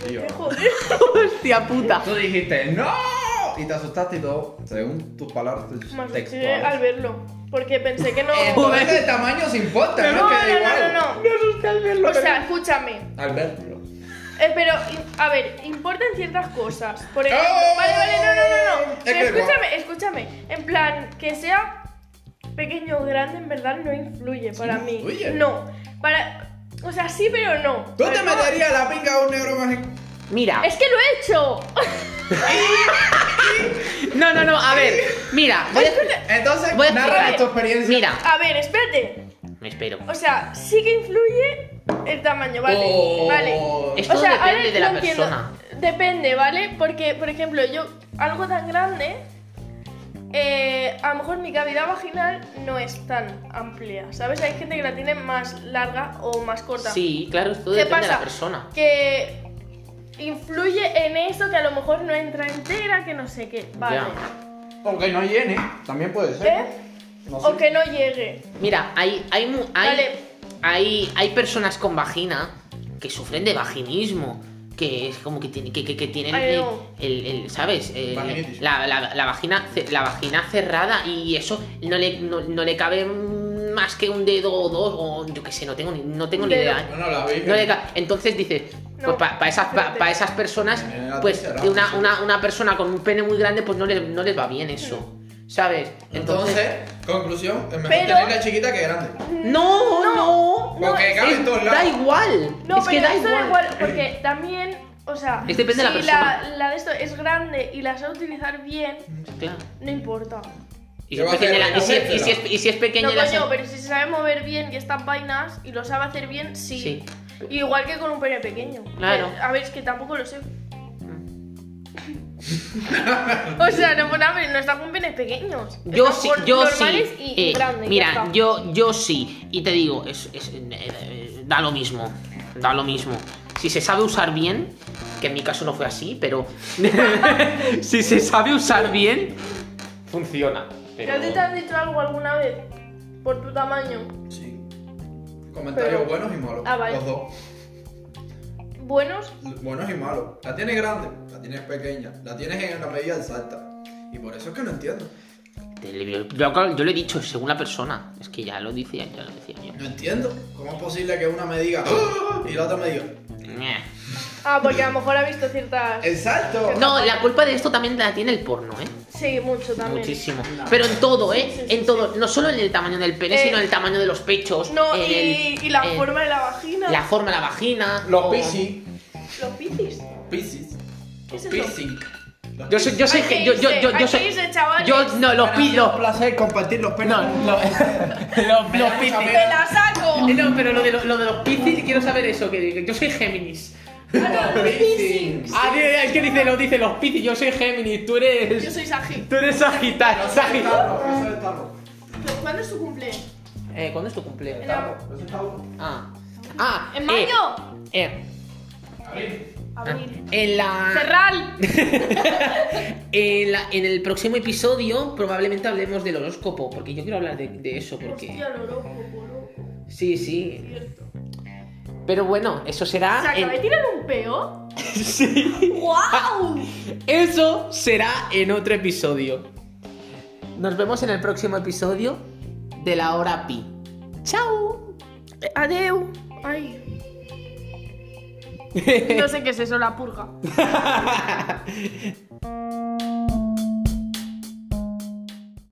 S3: y yo,
S4: ¿Qué joder?
S1: Hostia puta.
S3: tú dijiste ¡No! Y te asustaste y todo. Según tus palabras
S4: Me asusté al
S3: textuales.
S4: verlo. Porque pensé que no.
S1: pues,
S3: Entonces el tamaño se
S4: No,
S3: importa, Eh, no,
S4: no,
S3: es que da
S4: no, no,
S3: igual.
S4: no. O sea, escúchame.
S3: Al verlo.
S4: Eh, pero, in- a ver, importan ciertas cosas. Por ejemplo,
S3: ¡Oh!
S4: vale, vale, no, no, no, no.
S3: Es
S4: Pero
S3: que-
S4: escúchame, escúchame. En plan, que sea pequeño o grande, en verdad no influye para mí.
S3: influye.
S4: No. Para. O sea, sí, pero no.
S3: ¿Tú
S4: Para-
S3: te meterías la pinga a un negro mágico?
S1: Mira.
S4: Es que lo he hecho.
S1: No, no, no, a ver. Mira, voy a-
S3: Entonces,
S1: Voy a
S3: narra
S1: explicar.
S3: tu experiencia.
S1: Mira,
S4: A ver, espérate.
S1: me espero.
S4: O sea, sí que influye el tamaño, ¿vale?
S3: Oh.
S4: Vale.
S1: Esto
S4: o sea,
S1: depende
S4: ahora
S1: de la
S4: lo entiendo.
S1: persona.
S4: Depende, ¿vale? Porque, por ejemplo, yo, algo tan grande, eh, a lo mejor mi cavidad vaginal no es tan amplia, ¿sabes? Hay gente que la tiene más larga o más corta.
S1: Sí, claro, esto
S4: ¿Qué
S1: depende
S4: pasa?
S1: de la persona.
S4: Que influye en eso que a lo mejor no entra entera, que no sé qué, ¿vale?
S1: Ya.
S3: O que no llene, también puede ser.
S4: ¿Eh?
S3: No sé.
S4: O que no llegue.
S1: Mira, hay, hay, mu- hay,
S4: Vale.
S1: hay, hay personas con vagina que sufren de vaginismo. Que es como que, tiene, que, que- que tienen,
S4: Ay,
S1: eh,
S4: no.
S1: el, el- ¿sabes? Eh,
S3: Vaginitis.
S1: la, la- la vagina, ce- la vagina cerrada y eso no le, no, no le cabe más que un dedo o dos, o yo qué sé, no tengo ni, no tengo
S4: Un
S1: ni
S4: dedo.
S1: idea. ¿eh?
S3: Bueno, la vi.
S1: No le ca- Entonces dices,
S4: No,
S1: pues para esas, pa-
S4: espérate.
S1: pa esas personas,
S3: Eh, la
S1: pues
S3: tercera,
S1: de una,
S3: sí.
S1: una, una persona con un pene muy grande, pues no, le- no les va bien eso. ¿Sabes?
S3: Entonces, conclusión, es mejor
S4: Pero-
S3: tenerla chiquita que grande.
S1: No, no.
S4: No,
S3: Porque cabe en
S1: Es-
S3: todos
S1: da
S3: lados.
S1: igual.
S4: No,
S1: es
S4: pero
S1: que da
S4: eso
S1: igual.
S4: da igual, porque también, o sea,
S1: Es depende de la
S4: si
S1: persona.
S4: la, de esto es grande y la sabes utilizar bien,
S1: Claro.
S4: no importa.
S1: Y si
S3: Yo
S1: es
S3: voy a hacer
S1: pequeña la- y si-
S3: recogértela.
S1: y si es- y si es pequeña
S4: No,
S1: la-
S4: coño, pero si se sabe mover bien y estas vainas y lo sabe hacer bien, sí.
S1: Sí.
S4: Igual que con un pene pequeño.
S1: Claro.
S4: Que, a ver, es que tampoco lo sé. o sea, no, pues, nada, pero no está con penes pequeños.
S1: Yo
S4: Está
S1: sí,
S4: con
S1: yo sí.
S4: normales y
S1: eh,
S4: grandes. ya
S1: mira,
S4: está.
S1: yo, yo sí. Y te digo, es, es- eh, eh, da lo mismo. Da lo mismo. Si se sabe usar bien, que en mi caso no fue así, pero. si se sabe usar bien, funciona.
S4: ¿Que
S1: Pero...
S4: a ti te han dicho algo alguna vez? Por tu tamaño.
S3: Sí. Comentarios
S4: Pero-
S3: buenos y malos.
S4: Ah, vale.
S3: Los dos.
S4: ¿Buenos?
S3: Buenos y malos. La tienes grande, la tienes pequeña, la tienes en la medida exacta. Y por eso es que no entiendo.
S1: Te- Yo, yo- yo lo he dicho, según la persona. Es que ya lo decía, ya lo decía yo.
S3: No entiendo. ¿Cómo es posible que una me diga "Ah", y la otra me diga?
S1: Meh.
S4: Ah, porque a lo mejor ha visto ciertas.
S3: ¡Exacto!
S1: No, la culpa de esto también la tiene el porno, ¿eh?
S4: Sí, mucho también.
S1: Muchísimo. Pero en todo, ¿eh?
S4: Sí, sí, sí,
S1: en todo. No solo en el tamaño del pene,
S4: Eh,
S1: sino en el tamaño de los pechos.
S4: No,
S1: en
S4: y,
S1: el-
S4: y la
S1: en
S4: forma de la vagina.
S1: La forma de la vagina.
S3: Los
S1: o-
S3: piscis.
S4: Los picis.
S3: Piscis.
S4: ¿Qué
S3: Los
S4: es eso?
S3: piscis.
S1: Yo sé, yo sé
S4: Hay
S1: que.
S4: que
S1: Yo, yo,
S4: irse,
S1: yo,
S4: hay
S1: yo
S4: que
S1: sé.
S4: irse, chavales.
S1: Yo, no, los pi- los-
S3: placer compartir los pelos.
S1: No, los, los, los piscis.
S4: ¡Me la saco!
S1: Eh, No, pero lo de, lo, lo de los piscis, quiero saber eso, que, que yo soy Géminis. Ah, es que dice, lo dice los piscis, yo soy Géminis, tú
S4: Yo
S1: eres.
S4: soy Saji.
S1: Tú eres Sagitario. Sagitario.
S4: ¿Cuándo es tu cumpleaños?
S1: Eh, ¿Cuándo es tu cumpleaños? Ah. Ah.
S4: ¿En
S1: eh,
S4: mayo?
S1: eh,
S4: Abril.
S1: en la.
S4: ¡Cerral!
S1: En, la- en el próximo episodio probablemente hablemos del horóscopo, porque yo quiero hablar de, de eso, porque...
S4: Hostia, lo loco, lo loco.
S1: Sí, sí.
S4: Cierto.
S1: Pero bueno, eso
S4: O sea,
S1: será...
S4: ¿acabé de
S1: En...
S4: tirar un peo?
S1: Ah, Sí.
S4: ¡Guau!
S1: Eso será en otro episodio. Nos vemos en el próximo episodio de la hora pi. ¡Chao!
S4: Adeu. Ay. No sé qué es eso, la purga.